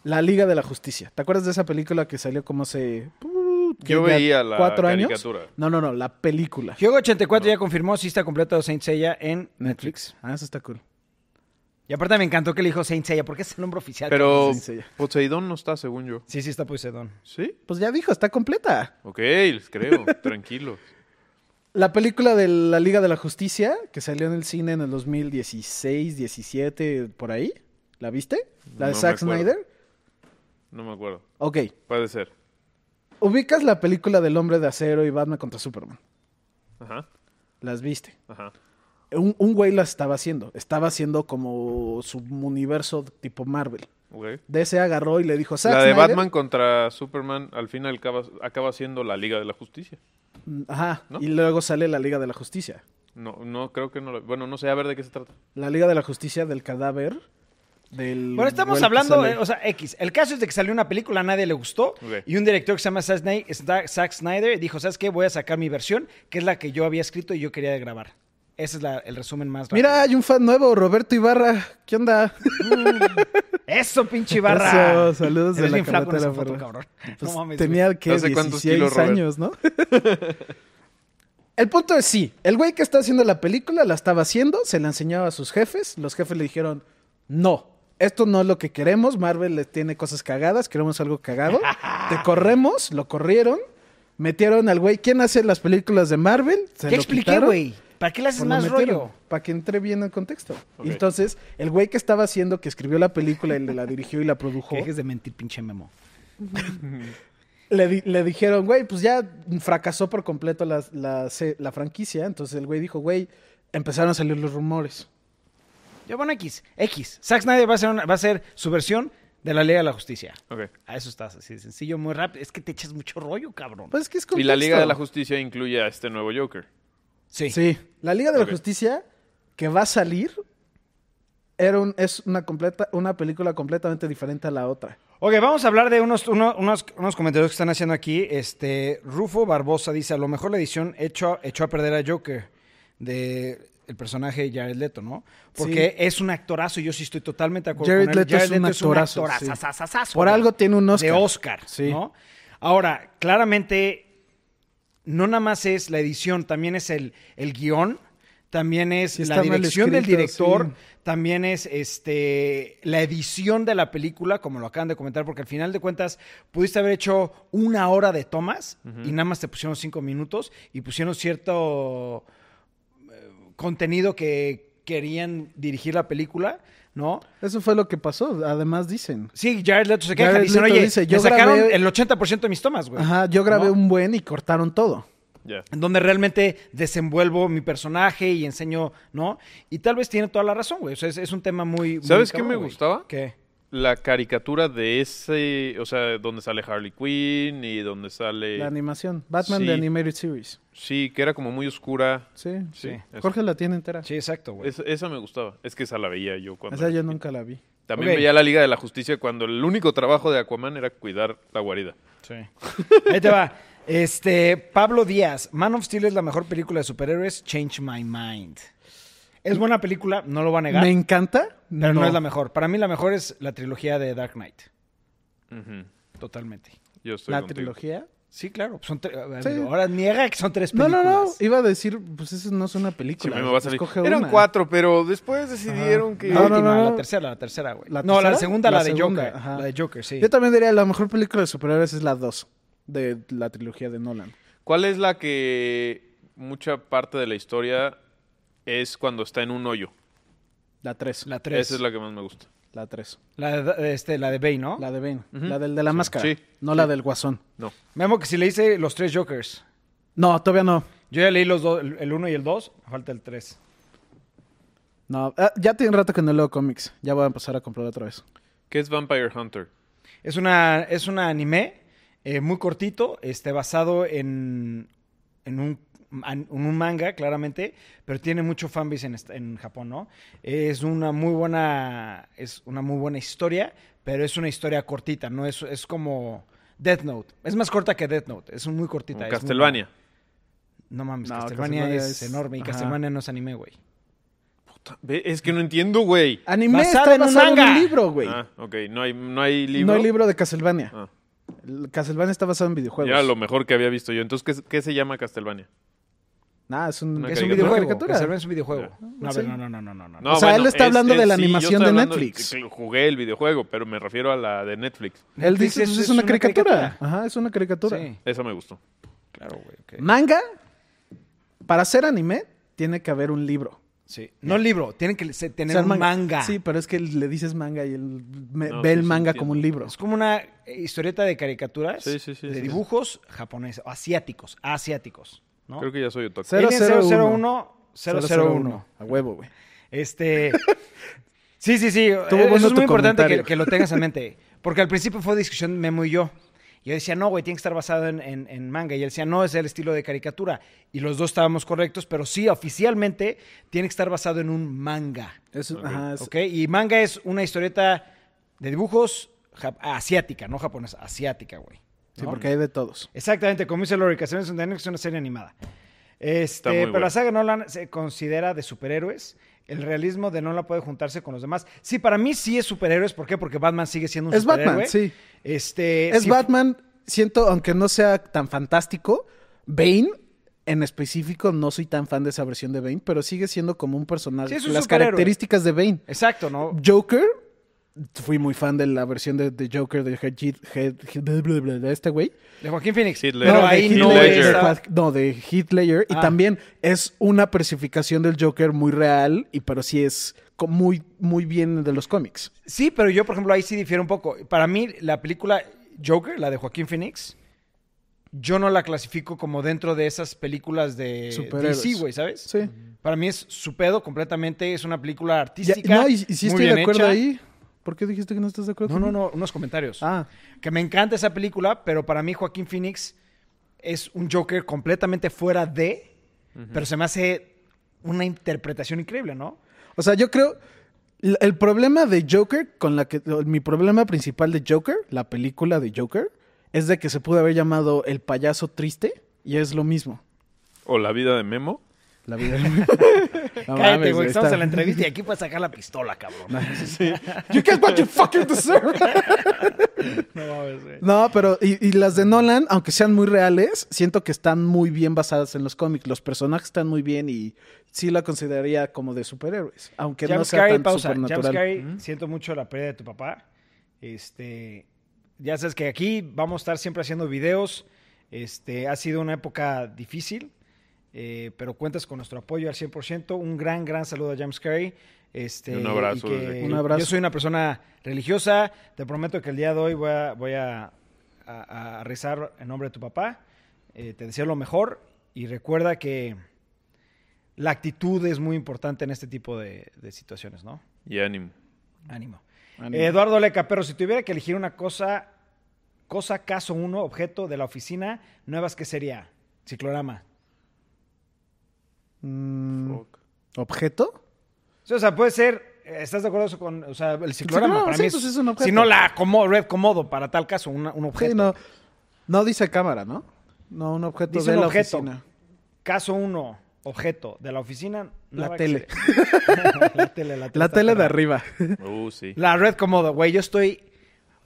S2: la Liga de la Justicia. ¿Te acuerdas de esa película que salió como hace... uh, que
S3: Yo
S2: ya
S3: veía la
S2: cuatro años?
S3: caricatura.
S2: No, no, no, la película.
S1: Hugo84 ya confirmó si está completo Saint Seiya en Netflix.
S2: Ah, eso está cool.
S1: Y aparte me encantó que le dijo Saint Seiya, porque es el nombre oficial.
S3: Pero
S2: sí, sí, ya.
S3: Poseidón no está, según yo.
S1: Sí, sí, está Poseidón.
S3: ¿Sí?
S2: Pues ya dijo, está completa.
S3: Ok, les creo. Tranquilos.
S2: La película de la Liga de la Justicia, que salió en el cine en el 2016, 17, por ahí. ¿La viste? La de
S3: No me
S2: Zack
S3: acuerdo.
S2: Snyder.
S3: No me acuerdo.
S2: Ok.
S3: Puede ser.
S2: Ubicas la película del Hombre de Acero y Batman contra Superman.
S3: Ajá,
S2: Las viste.
S3: ajá.
S2: Un, un güey las estaba haciendo. Estaba haciendo como su universo tipo Marvel.
S3: Ok.
S2: DC agarró y le dijo, Zack
S3: la de
S2: Snyder-
S3: Batman contra Superman al final acaba, acaba siendo la Liga de la Justicia.
S2: Mm, Ajá.
S3: ¿No?
S2: Y luego sale la Liga de la Justicia.
S3: No, no creo que no. la- Bueno, no sé, a ver de qué se trata.
S2: La Liga de la Justicia del cadáver. Del
S1: Bueno, estamos
S2: güey que
S1: hablando,
S2: sale.
S1: eh, o sea, X. El caso es de que salió una película, a nadie le gustó.
S3: Ok.
S1: Y un director que se llama Zack Snyder- Zack Zack Snyder dijo: ¿Sabes qué? Voy a sacar mi versión, que es la que yo había escrito y yo quería grabar. Ese es la- el resumen más rápido.
S2: Mira, hay un fan nuevo, Roberto Ibarra. ¿Qué onda?
S1: ¡Eso, pinche barra!
S2: Eso, saludos de
S1: Eres
S2: la
S1: bien flaco en esa
S2: carretera,
S1: foto,
S2: Ferrer.
S1: cabrón.
S2: Pues
S1: no mames. güey.
S2: tenía que
S3: ¿Hace cuántos
S2: 16
S3: kilos, Robert?
S2: años, ¿no? El punto es sí, el güey que está haciendo la película la estaba haciendo, se la enseñaba a sus jefes, los jefes le dijeron, "No, esto no es lo que queremos, Marvel le tiene cosas cagadas, queremos algo cagado." Te corremos, lo corrieron, metieron al güey, ¿quién hace las películas de Marvel? Se
S1: Ya
S2: lo
S1: expliqué,
S2: quitaron,
S1: güey. ¿Para qué le haces
S2: pues lo
S1: más
S2: metieron,
S1: rollo?
S2: Para que entre bien en contexto.
S3: Ok.
S2: Entonces, el güey que estaba haciendo, que escribió la película, el de la dirigió y la produjo,
S1: Que dejes de mentir, pinche Memo.
S2: le, di- le dijeron, güey, pues ya fracasó por completo la, la se- la franquicia. Entonces el güey dijo, güey, empezaron a salir los rumores.
S1: Yo, bueno, X. X. Zack Snyder va a hacer, una- va a hacer su versión de la Ley de la Justicia.
S3: Ok.
S1: A eso estás así de sencillo, muy rápido. Es que te echas mucho rollo, cabrón.
S2: Pues es que es
S3: Y la Liga de la
S2: contexto.
S3: Justicia incluye a este nuevo Joker.
S1: Sí.
S2: Sí, la Liga de
S3: Ok.
S2: la Justicia que va a salir era un- es una, completa, una película completamente diferente a la otra.
S1: Ok, vamos a hablar de unos, uno- unos, unos comentarios que están haciendo aquí. Este, Rufo Barbosa dice, a lo mejor la edición echó, echó a perder a Joker de el personaje de Jared Leto, ¿no? Porque es un actorazo y yo sí estoy totalmente de acuerdo
S2: Jared
S1: con él.
S2: Leto es un actorazo, sí.
S1: actorazazazazo,
S2: Por
S1: güey.
S2: algo tiene un Oscar.
S1: De Oscar,
S2: Sí.
S1: ¿no? Ahora, claramente, no nada más es la edición, también es el, el guión, también es
S2: Sí,
S1: la
S2: está mal
S1: dirección del
S2: escrito,
S1: director,
S2: sí.
S1: también es este la edición de la película, como lo acaban de comentar, porque al final de cuentas pudiste haber hecho una hora de tomas y nada más te pusieron cinco minutos y pusieron cierto eh, contenido que querían dirigir la película, ¿no?
S2: Eso fue lo que pasó, además dicen.
S1: Sí, Jared Leto se queja,
S2: Jared
S1: dicen,
S2: Leto
S1: oye,
S2: dice,
S1: me
S2: "Yo
S1: sacaron
S2: grabé-
S1: el 80% de mis tomas, güey.
S2: Ajá, yo grabé
S1: ¿No?
S2: un buen y cortaron todo.
S3: Ya.
S1: en donde realmente desenvuelvo mi personaje y enseño, ¿no? Y tal vez tiene toda la razón, güey. O sea, es, es un tema muy... muy
S3: ¿Sabes qué
S1: cabrón,
S3: me
S1: güey.
S3: gustaba?
S1: ¿Qué?
S3: La caricatura de ese, o sea, donde sale Harley Quinn y donde sale...
S2: La animación. Batman
S3: sí.
S2: de Animated Series.
S3: Sí, que era como muy oscura.
S2: Sí.
S3: Sí. esa-
S2: Jorge la tiene entera.
S1: Sí, exacto, güey.
S3: esa- esa me gustaba. Es que esa la veía yo
S2: O
S3: cuando...
S2: sea, yo nunca la vi.
S3: También
S1: Ok.
S3: veía la Liga de la Justicia cuando el único trabajo de Aquaman era cuidar la guarida.
S1: Sí. Ahí te va. Este, Pablo Díaz, Man of Steel es la mejor película de superhéroes, Change My Mind. Es buena película, no lo va a negar,
S2: Me encanta,
S1: pero no. es la mejor. Para mí la mejor es la trilogía de Dark Knight,
S3: Ujú,
S1: totalmente.
S3: Yo estoy
S2: La
S3: contigo.
S2: trilogía.
S1: Sí, claro. Son tre- a ver,
S2: Sí.
S1: Ahora niega que son tres
S2: No,
S1: películas.
S2: no, no. Iba a decir, pues eso no es una
S3: Sí,
S2: película.
S3: me va a salir.
S2: escoge
S3: Eran
S2: una.
S3: cuatro, pero después decidieron que.
S1: La
S2: No, no,
S1: última,
S2: no.
S1: la tercera, la tercera, güey.
S2: ¿La
S1: No, la
S2: tercera?
S1: segunda, la,
S2: La
S1: de
S2: segunda,
S1: Joker.
S2: ajá.
S1: La de Joker, sí.
S2: Yo también diría, la mejor película de superhéroes es la 2 de la trilogía de Nolan.
S3: ¿Cuál es la que mucha parte de la historia es cuando está en un hoyo?
S2: La 3.
S1: La tres.
S3: Esa es la que más me gusta.
S2: La 3.
S1: La, de, este, la de Bane, ¿no?
S2: La de Bane.
S3: Ujú.
S2: La del de la máscara.
S3: sí,
S2: No la del guasón.
S3: No.
S1: Memo, que si le hice los tres Jokers.
S2: No, todavía no.
S1: Yo ya leí los dos, el 1 y el 2, falta el 3.
S2: No, ah, ya tiene rato que no leo cómics. Ya voy a empezar a comprar otra vez.
S3: ¿Qué es Vampire Hunter?
S1: Es una es un anime eh, muy cortito, este basado en en un an- en un manga, claramente, pero tiene mucho fanbase en, est- en Japón, ¿no? Es una muy buena, es una muy buena historia, pero es una historia cortita, ¿no? Es, es como Death Note. Es más corta que Death Note, es muy cortita. es muy
S3: Castlevania.
S1: buena. No mames,
S2: No,
S1: Castlevania,
S2: Castlevania
S1: es,
S2: es-
S1: enorme y
S2: ajá.
S1: Castlevania no es anime, güey.
S3: Ve, Es que no entiendo, güey.
S2: Anime
S1: Basada
S2: está
S1: en un
S2: basado en
S1: manga.
S2: un libro, Ah, güey.
S3: Ah, ok. No hay, no hay libro.
S2: no hay libro de Castlevania.
S3: Ah,
S2: El Castlevania está basado en videojuegos.
S3: era lo mejor que había visto yo. Entonces, ¿qué, es- qué se llama Castlevania?
S2: Nah, es un,
S3: Una
S1: Es un
S3: caricatura.
S1: videojuego,
S2: caricatura.
S1: Castlevania es un videojuego. No, a ver,
S2: sí.
S1: no, no, no, no, no, no.
S3: No,
S2: O sea, él está hablando de la animación
S3: yo estoy
S2: de
S3: hablando
S2: Netflix.
S3: que jugué el videojuego, pero me refiero a la de Netflix.
S2: Él
S1: Netflix
S2: dice, pues, es, una, caricatura. Ajá, es una caricatura.
S1: Sí,
S3: Esa me gustó.
S1: claro, güey. ok.
S2: Manga, para ser anime, tiene que haber un libro.
S1: Sí. No libro, tienen que se- tener
S2: Ser
S1: un manga.
S2: Sí, pero es que le dices manga y él me-
S3: No,
S2: ve
S3: sí,
S2: el
S3: sí,
S2: manga
S3: entiendo.
S2: como un libro.
S1: Es como una eh, historieta de caricaturas,
S3: Sí, sí, sí,
S1: de
S3: sí.
S1: dibujos japoneses, o asiáticos, asiáticos, ¿no?
S3: Creo que ya soy otaku.
S2: Cero,
S1: Alien
S2: cero,
S1: 001, 001.
S2: 001. A huevo, güey.
S1: Este Sí, sí, sí, eso
S2: bueno
S1: es
S2: tu
S1: muy importante que,
S2: comentario.
S1: que lo tengas en mente, porque al principio fue discusión Memo y yo. Yo decía, no, güey, tiene que estar basado en, en- en manga. Y él decía, no, es el estilo de caricatura. Y los dos estábamos correctos, pero sí, oficialmente, tiene que estar basado en un manga.
S2: Es-
S3: Ok.
S2: ajá, es-
S1: ¿Ok? Y manga es una historieta de dibujos jap- asiática, no japonesa, asiática, güey.
S2: Sí,
S1: ¿no?
S2: porque hay de todos.
S1: Exactamente, como dice Lori, Castlevania Dynamics es una serie animada. Este,
S3: muy
S1: pero
S3: buena.
S1: la saga Nolan se considera de superhéroes. El realismo de Nolan puede juntarse con los demás. Sí, para mí sí es superhéroes. ¿Por qué? Porque Batman sigue siendo un
S2: Es
S1: superhéroe.
S2: Batman, sí.
S1: Este,
S2: Es
S1: sí,
S2: Batman, siento, aunque no sea tan fantástico, Bane en específico, no soy tan fan de esa versión de Bane, pero sigue siendo como un personaje.
S1: Sí, es un
S2: las
S1: superhéroe.
S2: características de Bane.
S1: Exacto, ¿no?
S2: Joker, fui muy fan de la versión de, de Joker de, Heath- Heath- Heath- bla, bla, bla, de este güey.
S1: De Joaquín Phoenix.
S3: Heath Ledger.
S1: Pero
S2: de
S1: ahí
S2: Heath
S1: no
S3: Ledger.
S1: es-
S2: Joaquin- no, de Heath Ledger.
S1: Ah.
S2: Y también es una persificación del Joker muy real, y pero sí es co- muy, muy bien de los cómics.
S1: Sí, pero yo, por ejemplo, ahí sí difiero un poco. Para mí, la película Joker, la de Joaquín Phoenix, yo no la clasifico como dentro de esas películas de
S2: Superhéroes.
S1: DC, Eh, güey, ¿sabes? Mm.
S2: Sí.
S1: Para mí es su pedo completamente, es una película
S2: Ya-
S1: artística.
S2: no, y, y sí
S1: muy
S2: estoy de
S1: bien
S2: acuerdo
S1: hecha.
S2: ahí. ¿Por qué dijiste que no estás de acuerdo?
S1: No, no, no, unos comentarios.
S2: Ah,
S1: Que me encanta esa película, pero para mí Joaquín Phoenix es un Joker completamente fuera de, pero se me hace una interpretación increíble, ¿no?
S2: o sea, yo creo. l- El problema de Joker, con la que. o Mi problema principal de Joker, la película de Joker, es de que se pudo haber llamado El payaso triste y es lo mismo.
S3: O La vida de Memo.
S2: La vida. No
S1: Cállate,
S2: mames,
S1: güey,
S2: güey,
S1: estamos
S2: está-
S1: en la entrevista y aquí puedes sacar la pistola, cabrón.
S2: You get what you fucking deserve.
S1: No mames, güey.
S2: No, pero y, y las de Nolan, aunque sean muy reales, siento que están muy bien basadas en los cómics. Los personajes están muy bien y sí la consideraría como de superhéroes, aunque no
S1: James
S2: sea
S1: Carrey,
S2: tan
S1: pausa. James
S2: supernatural.
S1: Carrey, siento mucho la pérdida de tu papá. Este, ya sabes que aquí vamos a estar siempre haciendo videos. Este, ha sido una época difícil, eh, pero cuentas con nuestro apoyo al 100%. Un gran, gran saludo a James Carrey. Este,
S3: Un abrazo
S1: y que
S3: desde aquí.
S2: Un abrazo.
S1: Yo soy una persona religiosa. Te prometo que el día de hoy voy a, voy a, a- a rezar en nombre de tu papá. Eh, te deseo lo mejor y recuerda que la actitud es muy importante en este tipo de, de situaciones, ¿no?
S3: Y ánimo.
S1: Ánimo.
S2: Ánimo.
S1: Eh, Eduardo Leca, pero si tuviera que elegir una cosa, cosa, caso uno, objeto de la oficina, nuevas, ¿qué sería? Ciclorama.
S2: Mm,
S3: Fuck.
S2: ¿Objeto?
S1: Sí, O sea, puede ser, eh, ¿estás de acuerdo con, o sea, el ciclorama?
S2: ciclorama,
S1: para
S2: sí,
S1: mí es,
S2: pues es un objeto.
S1: Si no la como, red comodo, para tal caso, una- un
S2: Sí,
S1: objeto.
S2: no, no dice cámara, ¿no? No, un objeto
S1: Dice
S2: de
S1: un
S2: la
S1: objeto.
S2: oficina.
S1: Caso uno, objeto de la oficina, nueva, ¿qué
S2: tele.
S1: sería? la tele, la tele.
S2: La
S1: está
S2: tele de
S1: perra.
S2: arriba.
S3: Uh, sí.
S1: La red comodo, güey. Yo estoy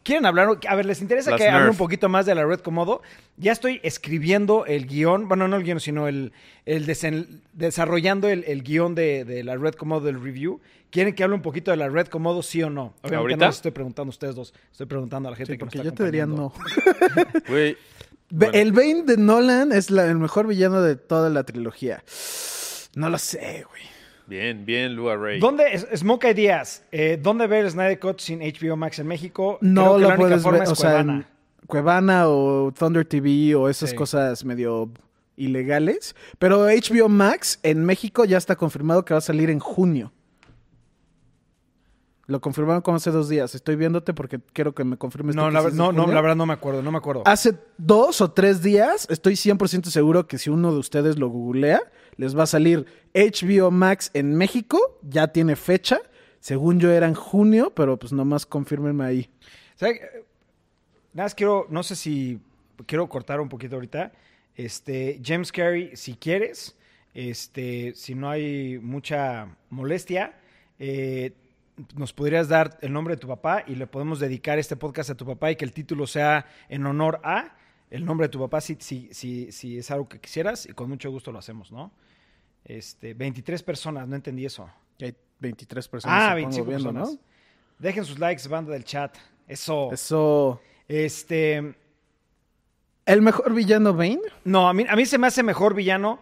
S1: ¿Quieren hablar? A ver, ¿les interesa
S3: Las
S1: que hable
S3: Nerf.
S1: un poquito más de la Red Komodo? Ya estoy escribiendo el guión, bueno, no el guión, sino el, el desen- desarrollando el, el guión de, de la Red Komodo, el review. ¿Quieren que hable un poquito de la Red Komodo, sí o no? Obviamente
S3: ¿Ahorita?
S1: no les estoy preguntando a ustedes dos, estoy preguntando a la gente
S2: Sí,
S1: que nos
S2: porque
S1: está
S2: yo te diría
S1: acompañando.
S2: no.
S3: Güey.
S2: Ve-
S3: Bueno.
S2: El Bane de Nolan es la- el mejor villano de toda la trilogía. No lo sé, güey.
S3: Bien, bien, Lua Ray.
S1: ¿Dónde, es- Smoke Ideas, eh, ¿dónde ver Snyder Cut sin HBO Max en México? Creo
S2: No
S1: que
S2: lo
S1: la única
S2: puedes
S1: forma
S2: ver,
S1: es
S2: o sea, en
S1: Cuevana.
S2: Cuevana o Thunder TV o esas
S1: Sí.
S2: cosas medio ilegales. Pero HBO Max en México ya está confirmado que va a salir en junio. Lo confirmaron como hace dos días. Estoy viéndote porque quiero que me confirmes. tú
S1: No,
S2: que
S1: la,
S2: sí
S1: ver-
S2: es en
S1: no, no,
S2: junio.
S1: la verdad no me acuerdo, no me acuerdo.
S2: Hace dos o tres días, estoy 100% seguro que si uno de ustedes lo googlea, les va a salir HBO Max en México. Ya tiene fecha. Según yo era en junio, pero pues nomás confírmenme ahí.
S1: ¿Sabe qué? Nada más quiero, no sé si quiero cortar un poquito ahorita. Este, James Carey, si quieres, este, si no hay mucha molestia, eh, nos podrías dar el nombre de tu papá y le podemos dedicar este podcast a tu papá y que el título sea en honor a el nombre de tu papá, si, si, si, si es algo que quisieras, y con mucho gusto lo hacemos, ¿no? Este, 23 personas, no entendí eso.
S2: Que hay 23 personas.
S1: Ah,
S2: supongo,
S1: 25
S2: viendo,
S1: personas. Dejen sus likes, banda del chat. Eso.
S2: ¿no? Eso.
S1: Este.
S2: El mejor villano Bane.
S1: No, a mí, a mí se me hace mejor villano.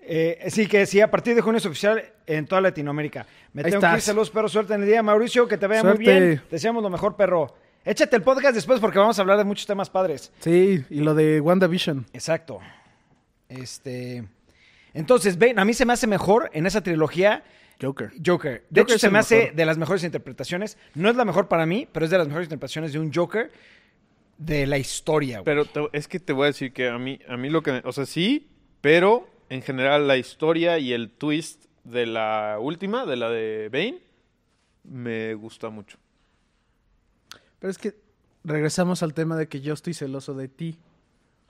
S1: eh, sí, que sí, a partir de junio es oficial en toda Latinoamérica. Me
S2: Ahí
S1: tengo que
S2: estás.
S1: ir, saludos, perro, suerte en el día. Mauricio, que te vaya muy
S2: Suerte.
S1: bien. Te deseamos lo mejor, perro. Échate el podcast después porque vamos a hablar de muchos temas padres.
S2: Sí, y lo de WandaVision.
S1: Exacto. Este. Entonces, ven, a mí se me hace mejor en esa trilogía
S2: Joker.
S1: Joker. De
S2: Joker
S1: hecho,
S2: es
S1: se
S2: el
S1: me hace
S2: mejor.
S1: de las mejores interpretaciones. No es la mejor para mí, pero es de las mejores interpretaciones de un Joker de la historia, güey.
S3: Pero te- es que te voy a decir que a mí, a mí lo que... me- o sea, sí, pero en general la historia y el twist de la última, de la de Bane, me gusta mucho.
S2: Pero es que regresamos al tema de que yo estoy celoso de ti.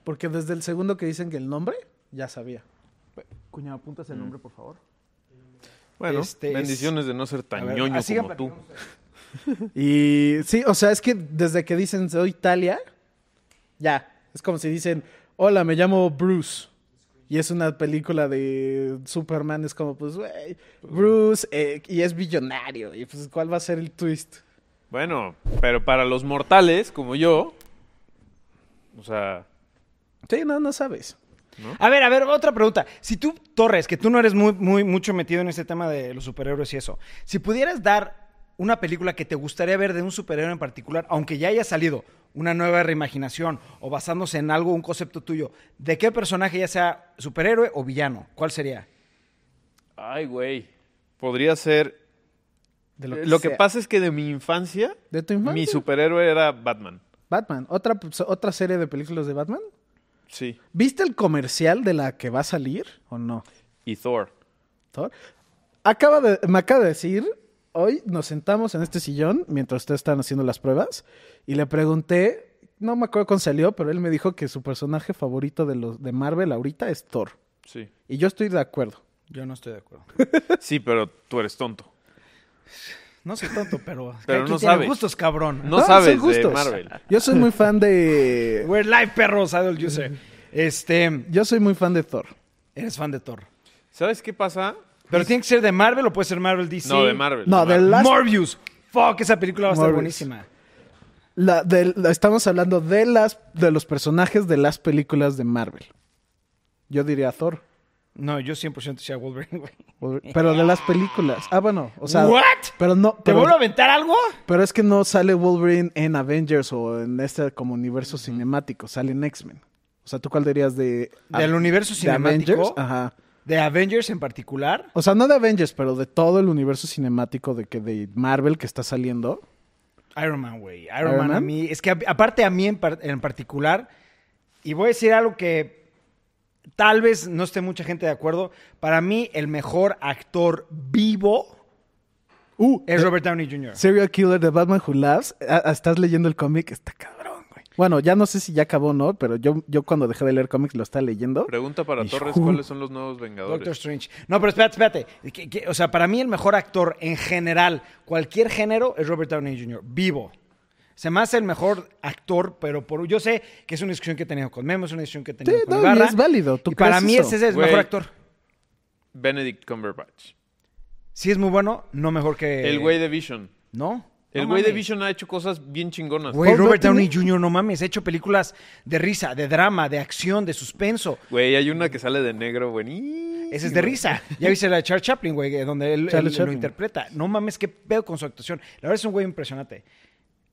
S2: Porque desde el segundo que dicen que el nombre, ya sabía.
S4: Cuñado, apuntas el nombre, por favor.
S3: Bueno,
S1: Este es-
S3: bendiciones de no ser
S1: A
S3: tan
S1: ver,
S3: ñoño
S1: así
S3: como
S1: que
S3: tú.
S2: Y sí, o sea, es que desde que dicen soy Italia, ya. Es como si dicen, hola, me llamo Bruce. Y es una película de Superman, es como, pues, güey, Bruce, eh, y es billonario. Y pues, ¿cuál va a ser el twist?
S3: Bueno, pero para los mortales como yo, o sea,
S2: Sí, no, no sabes.
S1: A ver, a ver, otra pregunta. Si tú, Torres, que tú no eres muy, muy mucho metido en este tema de los superhéroes y eso, si pudieras dar una película que te gustaría ver de un superhéroe en particular, aunque ya haya salido una nueva reimaginación o basándose en algo, un concepto tuyo, ¿de qué personaje ya sea superhéroe o villano? ¿Cuál sería?
S3: ay, güey, podría ser...
S2: De
S3: Lo
S2: Eh, lo
S3: que,
S2: que, sea.
S3: pasa es que de mi infancia,
S2: ¿De tu infancia?
S3: mi superhéroe era Batman.
S2: Batman. ¿Otra, pues, ¿Otra serie de películas de Batman?
S3: Sí.
S2: ¿Viste el comercial de la que va a salir o no?
S3: Y Thor.
S2: Thor. Acaba de, me acaba de decir, hoy nos sentamos en este sillón mientras ustedes estaban haciendo las pruebas y le pregunté, no me acuerdo cuándo salió, pero él me dijo que su personaje favorito de, los, de Marvel ahorita es Thor.
S3: Sí.
S2: Y yo estoy de acuerdo.
S1: Yo no estoy de acuerdo.
S3: Sí, pero tú eres tonto.
S1: No sé tanto, pero.
S3: Pero
S1: aquí
S3: no
S1: tienen
S3: sabes.
S1: gustos, cabrón.
S3: No
S2: Ah,
S3: sabes
S2: son
S3: de
S2: gustos.
S3: Marvel.
S2: Yo soy muy fan de...
S1: We're live, perros, adult user. Este.
S2: Yo soy muy fan de Thor.
S1: Eres fan de Thor.
S3: ¿Sabes qué pasa?
S1: Pero tiene que ser de Marvel o puede ser Marvel DC.
S3: No, de Marvel.
S2: No,
S3: de
S2: del
S3: Marvel.
S2: Last-
S1: Morbius. Fuck, esa película va a estar
S2: Morbius.
S1: buenísima.
S2: La- de- la- estamos hablando de, las, de los personajes de las películas de Marvel. Yo diría Thor.
S1: No, yo 100% sea Wolverine, güey.
S2: Pero de las películas. Ah, bueno. O sea,
S1: ¿What?
S2: Pero no.
S1: ¿Te
S2: pero-
S1: vuelvo a aventar algo?
S2: Pero es que no sale Wolverine en Avengers o en este como universo cinemático, sale en X-Men. O sea, ¿tú cuál dirías de... ah,
S1: ¿Del universo
S2: de
S1: cinemático?
S2: Avengers? Ajá.
S1: De Avengers en particular.
S2: O sea, no de Avengers, pero de todo el universo cinemático de que de Marvel que está saliendo.
S1: Iron Man, güey. Iron,
S2: ¿Iron
S1: Man, a
S2: Man?
S1: mí. Es que a- aparte a mí en, par- en particular. Y voy a decir algo que tal vez no esté mucha gente de acuerdo. Para mí, el mejor actor vivo
S2: Uh,
S1: es
S2: eh,
S1: Robert Downey Jr.
S2: Serial Killer de Batman Who Laughs. Ah, ah, estás leyendo el cómic, está cabrón, güey. Bueno, ya no sé si ya acabó o no, pero yo, yo cuando dejé de leer cómics lo estaba leyendo.
S3: Pregunta para
S2: Hijo.
S3: Torres, ¿cuáles son los nuevos
S1: Doctor
S3: Vengadores?
S1: Strange. No, pero espérate, espérate. Que- que- o sea, para mí el mejor actor en general, cualquier género, es Robert Downey Jr. Vivo. Se me hace el mejor actor, pero por yo sé que es una discusión que he tenido con Memo, es una discusión que he tenido
S2: Sí,
S1: con
S2: no, y
S1: Ibarra,
S2: es válido, ¿tú
S1: y para
S2: crees
S1: mí
S2: eso?
S1: ese es el
S3: Güey.
S1: mejor actor.
S3: Benedict Cumberbatch.
S1: Sí es muy bueno, no mejor que...
S2: Eh,
S3: El güey de Vision.
S1: ¿No?
S3: El
S1: No
S3: güey de
S1: mames.
S3: Vision ha hecho cosas bien chingonas.
S1: Güey,
S2: Paul
S1: Robert Downey
S2: Bettany.
S1: Jr., no mames, ha hecho películas de risa, de drama, de acción, de suspenso.
S3: Güey, hay una que sale de negro, buenísimo.
S1: Esa es de risa. Ya viste la de Charles Chaplin, güey, eh, donde él,
S2: Charles
S1: él lo
S2: Chaplin.
S1: interpreta. No mames, qué pedo con su actuación. La verdad es un güey impresionante.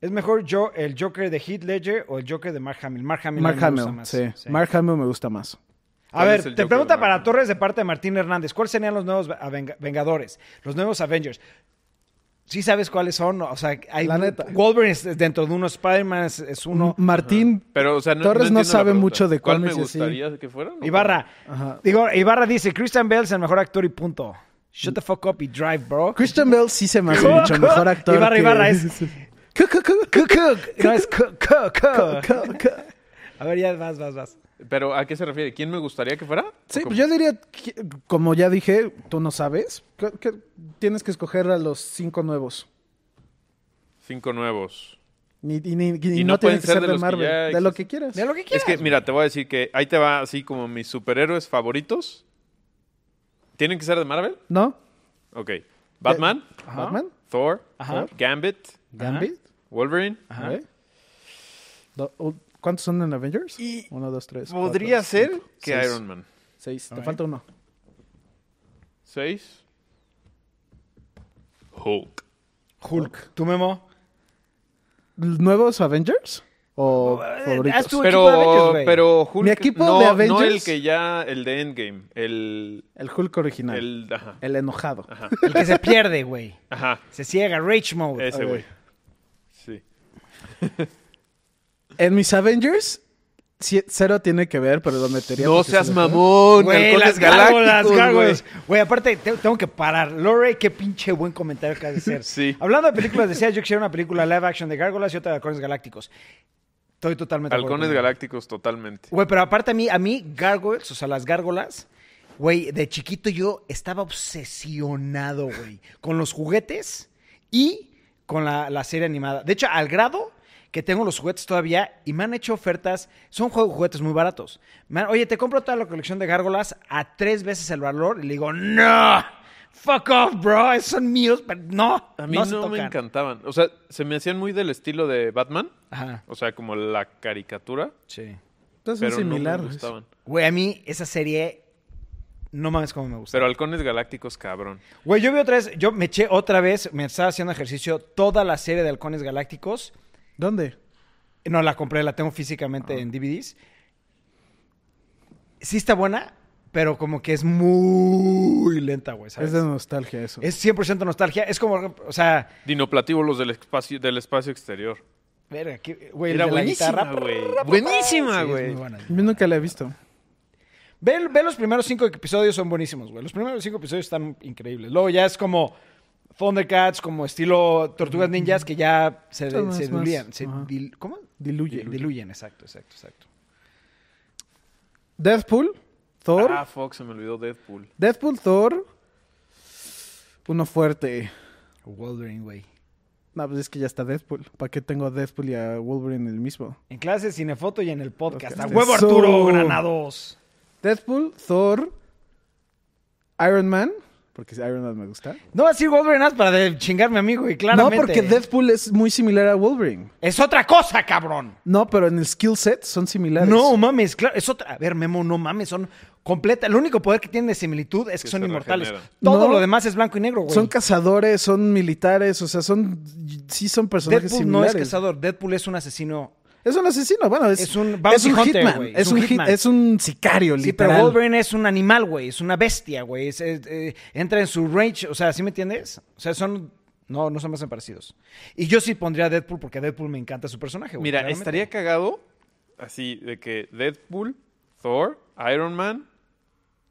S1: ¿Es mejor yo, el Joker de Heath Ledger o el Joker de Mark Hamill? Mark Hamill,
S2: Mark
S1: a mí me gusta
S2: Hamill,
S1: más.
S2: sí.
S1: Sí.
S2: Mark Hamill me gusta más.
S1: A
S3: ¿Cuál es
S1: ver,
S3: el
S1: te
S3: Joker
S1: pregunta
S3: de Mark
S1: para
S3: Hamill?
S1: Torres de parte de Martín Hernández. ¿Cuáles serían los nuevos aven- Vengadores? Los nuevos Avengers. Sí sabes cuáles son, o sea, hay
S2: La neta. Mm,
S1: Wolverine es dentro de uno, Spider-Man es, es uno.
S2: Martín
S3: Pero, o sea, no,
S2: Torres
S3: entiendo
S2: no,
S3: la
S2: sabe
S3: pregunta.
S2: mucho de
S3: cuál
S2: cuál
S3: me
S2: es así.
S3: gustaría que fuera. ¿no?
S1: Ibarra.
S2: Ajá.
S1: Digo, Ibarra dice, Christian Bale es el mejor actor y punto. Shut the fuck up y drive, bro.
S2: Christian Bell sí se me hace
S1: ¿Cómo?
S2: mucho
S1: ¿Cómo?
S2: mejor actor.
S1: Ibarra,
S2: que-
S1: Ibarra, es-
S2: Cu, cu, cu, cu, cu.
S1: No, es co- co- co.
S2: Cu, cu.
S1: A ver, ya vas, vas, vas.
S3: Pero, ¿a qué se refiere? ¿Quién me gustaría que fuera?
S2: Sí,
S3: ¿O
S2: pues
S3: cómo?
S2: yo diría, que, como ya dije, tú no sabes, que, que tienes que escoger a los cinco nuevos.
S3: Cinco nuevos.
S2: Ni, y ni- y
S3: Y
S2: no,
S3: no
S2: tiene
S3: pueden
S2: que
S3: ser
S2: ser
S3: de
S2: de,
S3: los que
S2: Marvel,
S3: ya
S2: de lo
S3: existen.
S2: que quieras.
S1: De lo que
S3: Es
S1: quieras.
S3: que, mira, te voy a decir que ahí te va así como mis superhéroes favoritos. ¿Tienen que ser de Marvel?
S2: ¿No?
S3: Ok. Batman,
S1: Ajá.
S2: Batman,
S3: Thor,
S1: Ajá.
S3: Gambit,
S2: Gambit.
S3: Wolverine.
S1: Ajá.
S2: ¿eh? Do- o- ¿Cuántos son en Avengers?
S3: Y
S2: Uno, dos, tres.
S3: Podría
S2: cuatro,
S3: ser
S2: cinco,
S3: que
S2: seis.
S3: Iron Man.
S2: Seis, te
S1: Alright.
S2: falta uno.
S3: Seis. Hulk.
S1: Hulk. ¿Tu memo?
S2: ¿Nuevos Avengers? ¿O
S1: Eh,
S2: favoritos?
S1: haz tu- equipo de Avengers,
S3: Pero,
S1: güey.
S3: pero Hulk.
S2: Mi equipo
S3: no, No
S2: de
S3: el
S2: Avengers-
S3: que ya. El de Endgame. El.
S2: El Hulk original. El,
S3: el ajá.
S2: enojado.
S1: El que se pierde, güey.
S3: Ajá.
S1: Se ciega, Rage Mode.
S3: Ese
S2: Ok.
S3: güey. Sí.
S2: En mis Avengers, sí- cero tiene que ver, pero lo metería.
S3: No
S2: porque
S3: seas
S2: se me fue.
S3: mamón.
S1: Güey, las
S3: halcones
S1: gárgolas,
S3: galácticos,
S1: gárgolas.
S3: güey.
S1: Güey, aparte, te- tengo que parar. Lore, qué pinche buen comentario acabas de hacer.
S3: Sí.
S1: Hablando de películas, decía yo quisiera una película live action de gárgolas y otra de halcones galácticos. Estoy totalmente de acuerdo
S3: Halcones
S1: contigo.
S3: galácticos, totalmente.
S1: Güey, pero aparte a mí, a mí, gargoyles, o sea, las gárgolas, güey, de chiquito yo estaba obsesionado, güey, con los juguetes y con la, la serie animada. De hecho, al grado que tengo los juguetes todavía y me han hecho ofertas, son juego- juguetes muy baratos. Me han- Oye, te compro toda la colección de gárgolas a tres veces el valor y le digo, no, fuck off, bro, esos son míos, pero no.
S3: A mí
S1: se
S3: no, me
S1: tocan".
S3: encantaban. O sea, se me hacían muy del estilo de Batman.
S1: Ajá,
S3: O sea, como la caricatura.
S1: sí.
S2: Entonces son
S3: Pero
S2: similares.
S3: no me gustaban.
S1: Güey, a mí esa serie, no mames cómo me gusta.
S3: Pero halcones galácticos, cabrón.
S1: Güey, yo vi otra vez, yo me eché otra vez, me estaba haciendo ejercicio toda la serie de Halcones Galácticos.
S2: ¿Dónde?
S1: No la compré, la tengo físicamente en DVDs. Sí está buena, pero como que es muy lenta, güey, ¿sabes?
S2: Es de nostalgia eso.
S1: Es 100% nostalgia. Es como, o sea,
S3: Dinoplatíbulos del espacio, del espacio exterior.
S1: verga, qué- güey, el
S3: Era
S1: de la
S3: buenísima,
S1: guitarra.
S3: güey.
S1: Sí,
S3: Buenísima,
S1: es
S3: güey.
S1: muy buena.
S2: Yo nunca la he visto.
S1: Ve, ve los primeros cinco episodios, son buenísimos, güey. Los primeros cinco episodios están increíbles. Luego ya es como Thundercats, como estilo Tortugas Ninjas, que ya se,
S2: Sí, más,
S1: se
S2: más.
S1: diluían. se
S2: Ajá.
S1: dil- ¿Cómo?
S2: Diluye.
S1: Diluyen. Diluyen, exacto, exacto, exacto.
S2: Deadpool, Thor.
S3: Ah, fuck, se me olvidó Deadpool.
S2: Deadpool, Thor. Uno fuerte.
S1: Wolverine, güey.
S2: No, pues es que ya está Deadpool. ¿Para qué tengo a Deadpool y a Wolverine el mismo?
S1: En clases, cinefoto y en el podcast. ¡A
S2: Podcast.
S1: huevo,
S2: Eso.
S1: Arturo Granados!
S2: Deadpool, Thor, Iron Man. Porque Iron Man me gusta.
S1: No va a decir Wolverine nada más para de chingarme a mí, güey, claramente.
S2: No, porque Deadpool es muy similar a Wolverine.
S1: ¡Es otra cosa, cabrón!
S2: No, pero en el skill set son similares.
S1: No mames, claro, es otra. A ver, Memo, no mames, son completa. El único poder que tienen de similitud es que,
S3: Que
S1: son
S3: se
S1: inmortales.
S3: regeneran.
S1: Todo
S2: No.
S1: lo demás es blanco y negro, güey.
S2: Son cazadores, son militares, o sea, son. Sí, son personajes
S1: Deadpool no
S2: similares.
S1: es cazador, Deadpool es un asesino.
S2: Es un asesino, bueno, es,
S1: Es un bounty
S2: un
S1: hunter,
S2: hitman.
S1: güey,
S2: es, un hit-
S1: hitman.
S2: es un sicario,
S1: Sí,
S2: literal.
S1: pero Wolverine es un animal, güey, es una bestia, güey. es- es- eh, entra en su range, o sea, ¿sí me entiendes? O sea, son. No, no son más parecidos. Y yo sí pondría a Deadpool porque a Deadpool me encanta su personaje, güey.
S3: Mira,
S1: claramente.
S3: estaría cagado así de que Deadpool, Thor, Iron Man,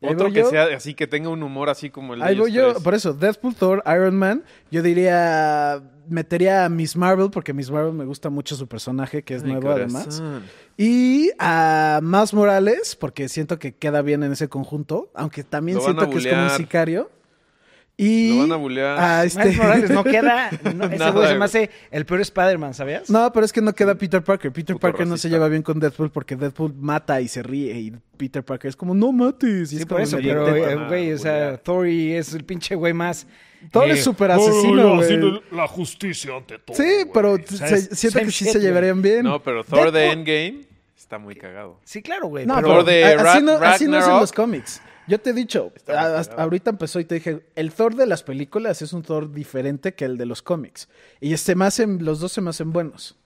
S2: Ahí
S3: otro
S2: voy
S3: que
S2: yo.
S3: sea así que tenga un humor así como el de
S2: Ahí voy
S3: ellos
S2: yo,
S3: tres.
S2: por eso, Deadpool, Thor, Iron Man. Yo diría. Metería a Miss Marvel, porque Miss Marvel me gusta mucho su personaje, que es
S3: Mi
S2: nuevo además.
S3: corazón.
S2: Y a Miles Morales, porque siento que queda bien en ese conjunto, aunque también
S3: Lo van
S2: siento
S3: a
S2: que es como un
S3: bulear.
S2: sicario. Y
S3: Lo van a bulear.
S2: a este-
S1: Miles Morales no queda. no, ese
S3: Nada,
S1: güey se
S3: güey.
S1: me hace el peor Spider-Man, ¿sabías?
S2: No, pero es que no queda Peter Parker. Peter
S3: Puto
S2: Parker no se
S3: racista.
S2: lleva bien con Deadpool porque Deadpool mata y se ríe. Y Peter Parker es como, no mates.
S1: Sí,
S2: Y es
S1: por
S2: como
S1: eso,
S2: medio
S1: pero,
S2: teto.
S1: eh,
S3: nada,
S1: güey, o sea,
S3: Julia.
S1: Thor y es el pinche güey más.
S2: Thor
S1: eh,
S2: es súper asesino, güey.
S5: La justicia ante todo.
S2: Sí, pero
S1: Oh, sea,
S2: se-
S1: es
S2: siento
S1: same
S2: que sí
S1: shit,
S2: se
S1: güey.
S2: llevarían bien.
S3: No, pero Thor de
S2: este Deadpool-
S3: Endgame está muy cagado.
S1: Sí, claro, güey.
S2: No,
S1: pero-
S2: pero
S3: Thor de
S2: a- así,
S3: Rag-
S2: no, así no es en
S3: Ragnarok.
S2: los cómics. Yo te he dicho,
S3: Está muy
S2: a- hasta
S3: cagado.
S2: ahorita empezó y te dije, el Thor de las películas es un Thor diferente que el de los cómics. Y este me hacen, los dos se me hacen buenos.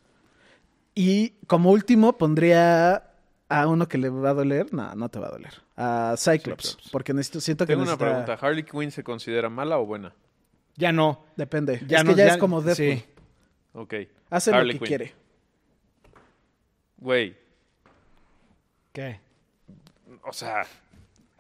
S2: Y como último pondría a uno que le va a doler. No, no te va a doler. A Cyclops.
S3: Cyclops.
S2: Porque necesito, siento que
S3: Tengo una
S2: necesita-
S3: pregunta. ¿Harley Quinn se considera mala o buena?
S1: Ya no.
S2: Depende.
S1: Ya
S2: es
S1: no,
S2: que ya,
S1: ya-
S2: es como Deadpool.
S1: sí.
S3: Ok.
S2: Hace
S3: Harley
S2: lo que
S3: Quinn.
S2: quiere.
S3: Güey,
S1: ¿Qué?
S3: o sea,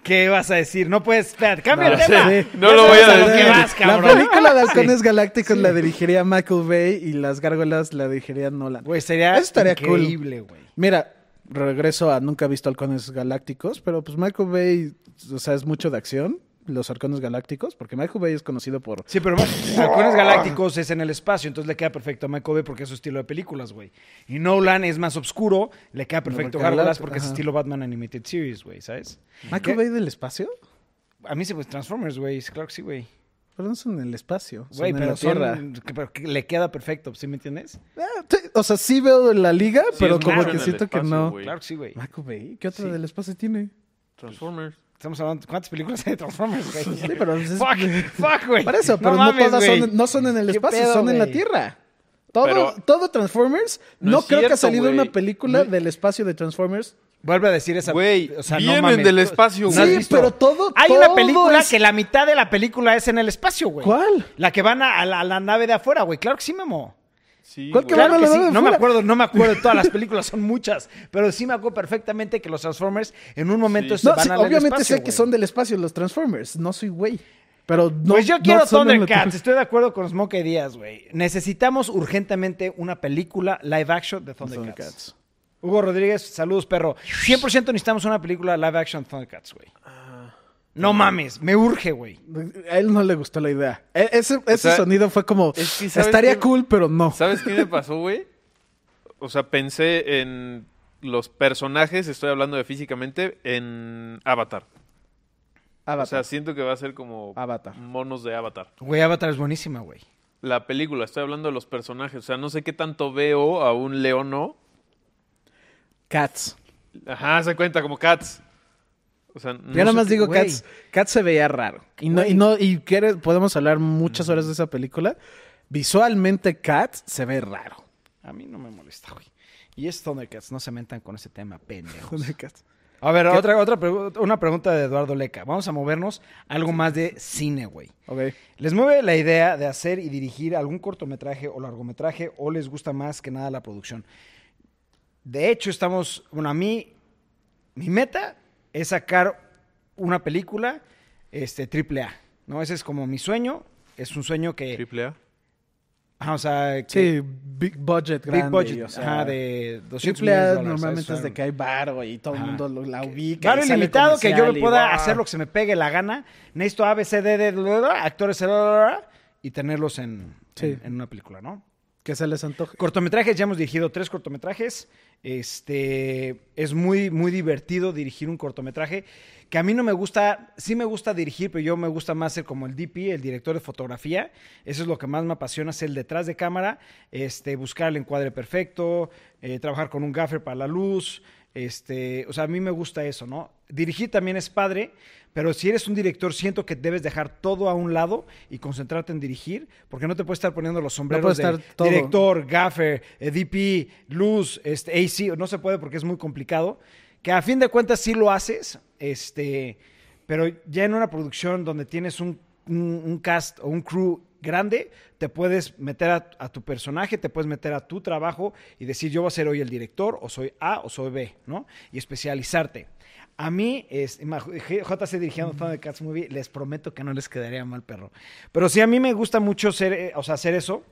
S1: ¿Qué vas a decir? No pues, puedes. Espérate, cambia
S3: No,
S1: el tema.
S3: sí.
S1: Ya
S3: No lo
S1: sabes
S3: voy a
S1: lo que
S3: decir.
S1: vas,
S2: la
S1: cabrón.
S2: película de Halcones Galácticos la dirigiría Michael Bay y las gárgolas la dirigiría Nolan.
S1: Güey, sería
S2: Eso estaría cool.
S1: increíble, güey.
S2: Mira, regreso a nunca he visto halcones galácticos, pero pues Michael Bay, o sea, es mucho de acción, los halcones galácticos, porque Michael Bay es conocido por...
S1: Sí, pero Halcones Galácticos es en el espacio, entonces le queda perfecto a Michael Bay porque es su estilo de películas, güey. Y Nolan es más oscuro, le queda perfecto a
S2: porque
S1: Gárgolas
S2: Galáct-
S1: porque es
S2: ajá.
S1: estilo Batman Animated Series, güey, ¿sabes?
S2: ¿Michael
S1: ¿Qué?
S2: Bay del espacio?
S1: A mí se pues Transformers, güey, claro que sí, güey.
S2: Pero no son en el espacio, son
S1: Güey,
S2: en
S1: pero
S2: la Tierra.
S1: son- que- pero que le queda perfecto, ¿sí me entiendes?
S2: Ah, sí, o sea, sí veo la liga,
S3: Sí,
S2: pero
S3: es
S2: como
S1: mucho
S2: que
S1: en el
S2: siento que
S3: espacio,
S2: no.
S3: güey.
S1: Claro que sí, güey.
S2: Michael Bay, ¿qué otra
S1: Sí.
S2: del espacio tiene?
S3: Transformers.
S1: Estamos hablando, ¿cuántas películas hay de Transformers, güey?
S2: Sí, pero pues, es-
S1: Fuck, fuck, güey.
S2: Para eso, pero no,
S1: mames,
S2: todas
S1: güey.
S2: son, no son en el
S1: ¿Qué
S2: espacio,
S1: pedo,
S2: son en la
S1: güey?
S2: Tierra. Todo,
S3: Pero-
S2: todo Transformers,
S3: No
S2: no,
S3: es
S2: creo que ha
S3: cierto,
S2: salido
S3: güey.
S2: una película del espacio de Transformers
S1: Vuelve a decir esa.
S3: Güey,
S1: o sea, no
S3: vienen
S1: mames.
S3: del espacio,
S1: ¿No
S3: güey.
S1: has
S2: Sí,
S1: visto?
S2: pero todo-
S1: Hay
S2: todo
S1: una película
S2: es-
S1: que la mitad de la película es en el espacio, güey.
S2: ¿Cuál?
S1: La que van a, a la, a la nave de afuera, güey. Claro que sí, Memo.
S3: Sí,
S2: ¿Cuál
S3: güey.
S2: que
S1: Claro que
S2: van a la
S1: sí.
S2: nave de
S1: No me
S2: afuera?
S1: acuerdo, no me acuerdo de todas las películas, son muchas. Pero sí me acuerdo perfectamente que los Transformers en un momento
S3: Sí.
S1: se
S2: No,
S1: van
S2: sí,
S1: al espacio,
S2: obviamente sé que
S1: güey.
S2: son del espacio los Transformers, no soy güey. Pero no.
S1: pues yo
S2: no
S1: quiero
S2: son en la
S1: Thundercats,
S2: Tierra.
S1: estoy de acuerdo con Smokey Díaz, güey. Necesitamos urgentemente una película live action de Thundercats.
S2: Thundercats.
S1: Hugo Rodríguez, saludos, perro. 100% necesitamos una película live action Thundercats, güey. Ah. No mames, me urge, güey.
S2: A él no le gustó la idea. E- Ese, ese
S3: sea,
S2: sonido fue como.
S3: es que ¿sabes
S2: estaría
S3: qué?
S2: cool, pero no.
S3: ¿Sabes qué me pasó, güey? O sea, pensé en los personajes, estoy hablando de físicamente, en Avatar. O sea,
S2: Avatar.
S3: siento que va a ser como
S2: Avatar.
S3: monos de Avatar.
S1: Güey, Avatar es buenísima, güey.
S3: La película, estoy hablando de los personajes. O sea, no sé qué tanto veo a un leono.
S2: Cats.
S3: Ajá, se cuenta como Cats. O sea, no
S2: Yo nada
S3: sé
S2: más
S3: qué-
S2: digo
S1: güey.
S2: Cats. Cats se veía raro. Y no, y no, y quiere- podemos hablar muchas horas de esa película. Visualmente, Cats se ve raro.
S1: A mí no me molesta, güey. Y es Thundercats, no se mentan con ese tema, pendejos.
S2: Thundercats.
S1: A ver, otra, otra pregu- una pregunta de Eduardo Leca. Vamos a movernos a algo más de cine, güey.
S2: Ok.
S1: ¿Les mueve la idea de hacer y dirigir algún cortometraje o largometraje o les gusta más que nada la producción? De hecho, estamos, bueno, a mí, mi meta es sacar una película este, triple A, ¿no? Ese es como mi sueño, es un sueño que,
S3: Triple A.
S1: ajá, o sea, que
S2: Sí, big budget
S1: big
S2: grande.
S1: budget,
S2: o sea,
S1: ajá, de 200 millones
S2: Triple
S1: de
S2: A
S1: dólares,
S2: normalmente
S1: ¿sabes?
S2: es de que hay varo y todo el
S1: Ajá.
S2: mundo lo- la ubica.
S1: Claro,
S2: y sale
S1: ilimitado, que yo
S2: comercial
S1: me
S2: y
S1: pueda
S2: ¡guau!
S1: hacer lo que se me pegue la gana. Necesito A, B, C, D, D, bla, bla, bla, actores, bla, bla, bla, y tenerlos en,
S2: Sí.
S1: en- en una película, ¿no?
S2: Que se les antoje.
S1: Cortometrajes, ya hemos dirigido tres cortometrajes. Este es muy, muy divertido dirigir un cortometraje. Que a mí no me gusta, sí me gusta dirigir, pero yo me gusta más ser como el DP, el director de fotografía. Eso es lo que más me apasiona, ser el detrás de cámara, este, buscar el encuadre perfecto, eh, trabajar con un gaffer para la luz. Este, o sea, a mí me gusta eso, ¿no? Dirigir también es padre, pero si eres un director, siento que debes dejar todo a un lado y concentrarte en dirigir, porque no te puedes estar poniendo los sombreros
S2: puedes
S1: de
S2: estar todo.
S1: director, actor, gaffer, eh, DP, luz, este, AC, no se puede porque es muy complicado. Que a fin de cuentas sí lo haces, este, pero ya en una producción donde tienes un, un- un cast o un crew grande, te puedes meter a, a tu personaje, te puedes meter a tu trabajo y decir yo voy a ser hoy el director, o soy A o soy B, ¿no? Y especializarte. A mí, es, ima- G- JC dirigiendo Thundercats Movie, les prometo que no les quedaría mal, perro. Pero sí, a mí me gusta mucho ser, eh, o sea, hacer eso.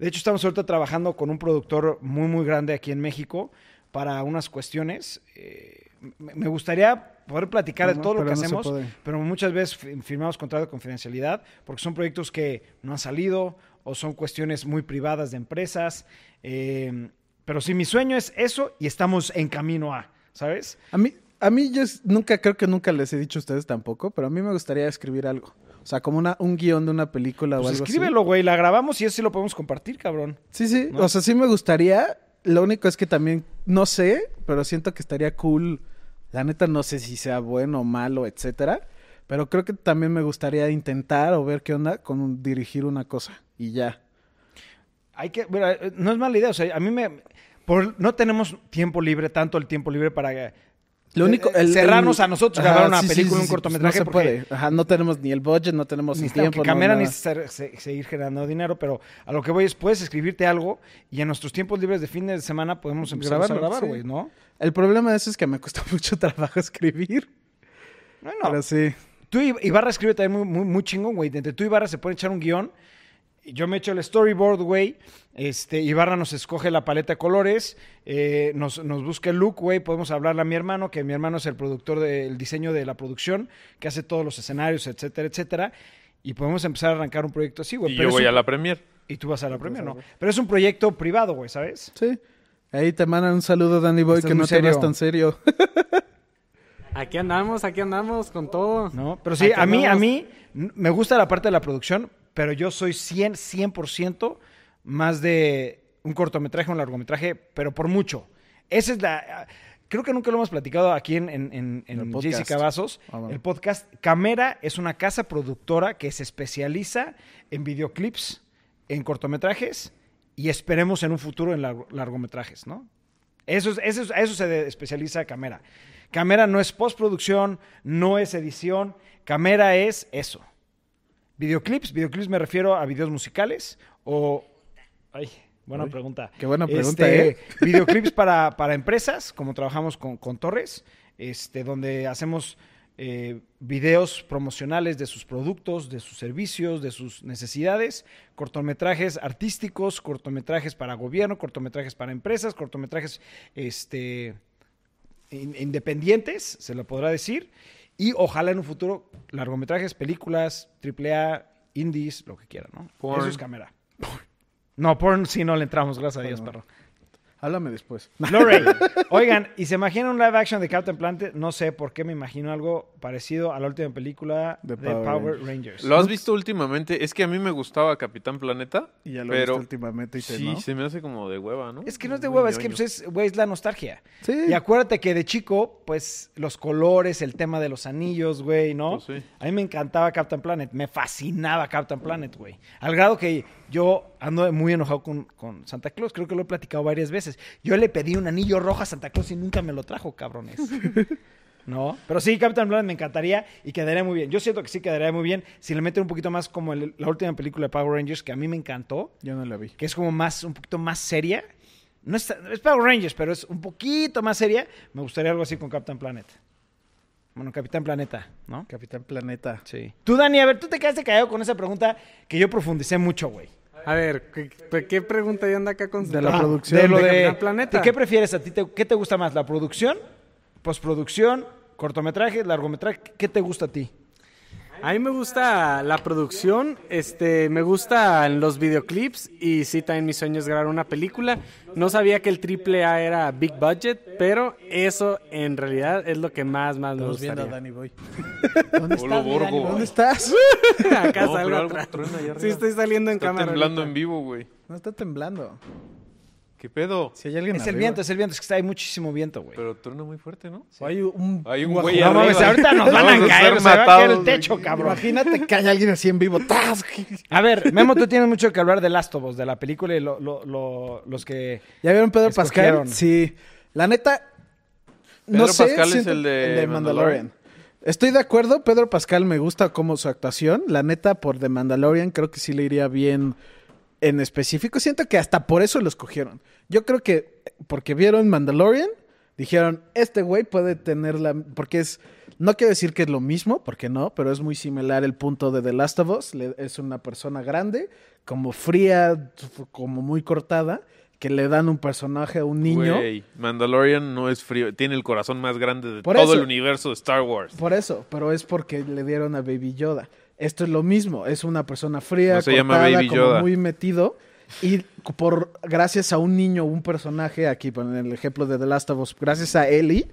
S1: De hecho, estamos ahorita trabajando con un productor muy, muy grande aquí en México para unas cuestiones. eh, me me gustaría poder platicar de
S2: No,
S1: todo lo
S2: pero
S1: que
S2: no se
S1: hacemos,
S2: puede.
S1: pero muchas veces fi- firmamos contrato de confidencialidad porque son proyectos que no han salido o son cuestiones muy privadas de empresas. eh, pero sí, mi sueño es eso y estamos en camino a, ¿sabes?
S2: A mí, a mí yo s- nunca, creo que nunca les he dicho a ustedes tampoco, pero a mí me gustaría escribir algo. O sea, como una, un guión de una película o
S1: Pues
S2: algo
S1: escríbelo, güey, la grabamos y eso sí lo podemos compartir, cabrón.
S2: así. Sí, sí.
S1: ¿no?
S2: O sea, sí me gustaría. Lo único es que también, no sé, pero siento que estaría cool. La neta no sé si sea bueno o malo, etcétera. Pero creo que también me gustaría intentar o ver qué onda con un- dirigir una cosa y ya.
S1: Hay que, mira, eh, no es mala idea, o sea, a mí me, por- no tenemos tiempo libre, tanto el tiempo libre para eh,
S2: Lo único,
S1: eh, cerrarnos a nosotros, grabar una película, un
S2: pues
S1: cortometraje,
S2: No se
S1: porque-
S2: puede. Ajá, no tenemos ni el budget, no tenemos
S1: ni
S2: ni
S1: tiempo,
S2: tiempo.
S1: que
S2: no,
S1: Camera
S2: nada.
S1: necesita se- seguir generando dinero, pero a lo que voy es, puedes escribirte algo y en nuestros tiempos libres de fines de semana podemos empezar a
S2: Grabarlo,
S1: grabar,
S2: sí.
S1: güey, ¿no?
S2: El problema de eso es que me costó mucho trabajo escribir.
S1: Bueno,
S2: Pero sí.
S1: tú y Ibarra escribe también muy, muy, muy chingón, güey. Entre tú y Ibarra se puede echar un guión. Yo me echo el storyboard, güey. Este, Ibarra nos escoge la paleta de colores. eh, nos, nos busca el look, güey. Podemos hablarle a mi hermano, que mi hermano es el productor del diseño de la producción, que hace todos los escenarios, etcétera, etcétera. Y podemos empezar a arrancar un proyecto así, güey.
S3: Y
S1: Pero
S3: yo
S1: es
S3: voy
S1: un-
S3: a la premier.
S1: Y tú vas a la premier, ¿no? Pero es un proyecto privado, güey, ¿sabes?
S2: Sí. Ahí te mandan un saludo, Danny Boy,
S1: Estás
S2: que no
S1: muy
S2: te veas
S1: serio.
S2: tan serio.
S5: Aquí andamos, aquí andamos con
S2: Ah.
S5: todo.
S1: ¿No? Pero sí,
S5: Aquí
S1: a mí, a
S5: andamos.
S1: mí n- me gusta la parte de la producción, pero yo soy 100, 100% más de un cortometraje, un largometraje, pero por mucho. Esa es la... Creo que nunca lo hemos platicado aquí en, en, en, en
S2: El
S1: JC
S2: podcast.
S1: Cavazos.
S2: Ah, bueno.
S1: El podcast Camera es una casa productora que se especializa en videoclips, en cortometrajes y esperemos en un futuro en largo- largometrajes, ¿no? Eso, es- eso, es- a eso se de- especializa Camera. Camera no es postproducción, no es edición. Camera es eso. Videoclips, videoclips me refiero a videos musicales o... Ay, buena pregunta. Este,
S2: qué buena pregunta, ¿eh?
S1: Videoclips para, para empresas, como trabajamos con, con Torres, este, donde hacemos eh, videos promocionales de sus productos, de sus servicios, de sus necesidades, cortometrajes artísticos, cortometrajes para gobierno, cortometrajes para empresas, cortometrajes este, in- independientes, se lo podrá decir. Y ojalá en un futuro largometrajes, películas, AAA, indies, lo que quieran, ¿no?
S3: Porn.
S1: Eso es cámara. No, porn sí no le entramos, gracias a Dios, perro.
S2: Háblame después.
S1: Lorraine, oigan, ¿y se imagina un live action de Captain Planet? No sé por qué me imagino algo parecido a la última película
S2: De
S1: de
S2: Power
S1: Power Rangers.
S3: ¿Lo has visto últimamente? Es que a mí me gustaba Capitán Planeta.
S2: Y ya lo he
S3: pero
S2: visto últimamente y te,
S3: Sí,
S2: ¿no?
S3: se me hace como de hueva, ¿no?
S1: Es que no es de
S3: Muy
S1: hueva, es que
S3: ñoño.
S1: pues, es, güey, es la nostalgia.
S2: Sí.
S1: Y acuérdate que de chico, pues los colores, el tema de los anillos, güey, ¿no?
S3: Pues sí.
S1: A mí me encantaba Captain Planet, me fascinaba Captain Planet, güey. Al grado que yo ando muy enojado con, con Santa Claus, creo que lo he platicado varias veces. Yo le pedí un anillo rojo a Santa Claus y nunca me lo trajo, cabrones. ¿No? Pero sí, Captain Planet me encantaría y quedaría muy bien. Yo siento que sí quedaría muy bien si le meten un poquito más como el- la última película de Power Rangers que a mí me encantó
S2: Yo no la vi.
S1: que es como más, un poquito más seria. No es, tan- es Power Rangers, pero es un poquito más seria. Me gustaría algo así con Captain Planet. Bueno, Capitán Planeta, ¿no?
S2: Capitán Planeta.
S1: Sí. Tú, Dani, a ver, tú te quedaste callado con esa pregunta que yo profundicé mucho, güey.
S5: A ver, ¿qué, de qué pregunta ya anda acá con
S2: De la
S1: Ah,
S2: producción
S1: De lo
S5: de
S1: de,
S5: Capitán Planeta.
S1: ¿de qué prefieres a ti? Te- ¿Qué te gusta más? ¿La producción? ¿Postproducción? ¿Cortometraje? ¿Largometraje? ¿Qué te gusta a ti?
S5: A mí me gusta la producción, este, me gustan los videoclips y sí, también mi sueño es grabar una película. No sabía que el triple A era big budget, pero eso en realidad es lo que más, más me
S2: Estamos viendo a Danny
S5: gustaría.
S2: Boy.
S3: Hola, Borgo.
S2: ¿Dónde estás?
S5: Acá
S3: No,
S5: salgo
S3: pero algo
S5: atrás.
S3: truena allá arriba.
S5: Sí, estoy saliendo en
S3: Está
S5: cámara.
S3: temblando
S5: ahorita.
S3: en vivo, güey.
S2: No está temblando.
S3: ¿Qué pedo?
S2: Si hay alguien
S1: Es el
S2: arriba.
S1: viento, es el viento. Es que está, hay muchísimo viento, güey.
S3: Pero truena muy fuerte, ¿no?
S2: O Hay un,
S3: Hay un
S2: guajo-
S3: güey
S1: No mames,
S3: arriba.
S1: ahorita nos van
S3: Vamos
S1: a
S3: a
S1: caer,
S3: ser
S1: se va a caer el
S3: matados de
S1: techo,
S3: aquí.
S1: cabrón.
S2: Imagínate que hay alguien así en vivo. ¡Tas!
S1: A ver, Memo, tú tienes mucho que hablar de Last of Us, de la película y lo- lo- lo- los que...
S2: ¿Ya vieron Pedro
S1: Escogieron.
S2: Pascal? Sí. La neta.
S3: Pedro
S2: no sé,
S3: Pascal es
S2: siento-
S3: el de Mandalorian.
S2: Estoy de acuerdo, Pedro Pascal me gusta como su actuación. La neta, por The Mandalorian, creo que sí le iría bien en específico. Siento que hasta por eso lo escogieron. Yo creo que porque vieron Mandalorian, dijeron, este güey puede tener la... Porque es... No quiero decir que es lo mismo, porque no, pero es muy similar el punto de The Last of Us. Le- es una persona grande, como fría, como muy cortada, que le dan un personaje a un niño.
S3: Güey, Mandalorian no es frío. Tiene el corazón más grande de
S2: Por
S3: todo
S2: eso.
S3: el universo de Star Wars.
S2: Por eso, pero es porque le dieron a Baby Yoda. Esto es lo mismo, es una persona fría,
S3: No se llama
S2: cortada,
S3: Baby
S2: como
S3: Yoda.
S2: muy metido. Y por gracias a un niño, un personaje, aquí en el ejemplo de The Last of Us, gracias a Ellie,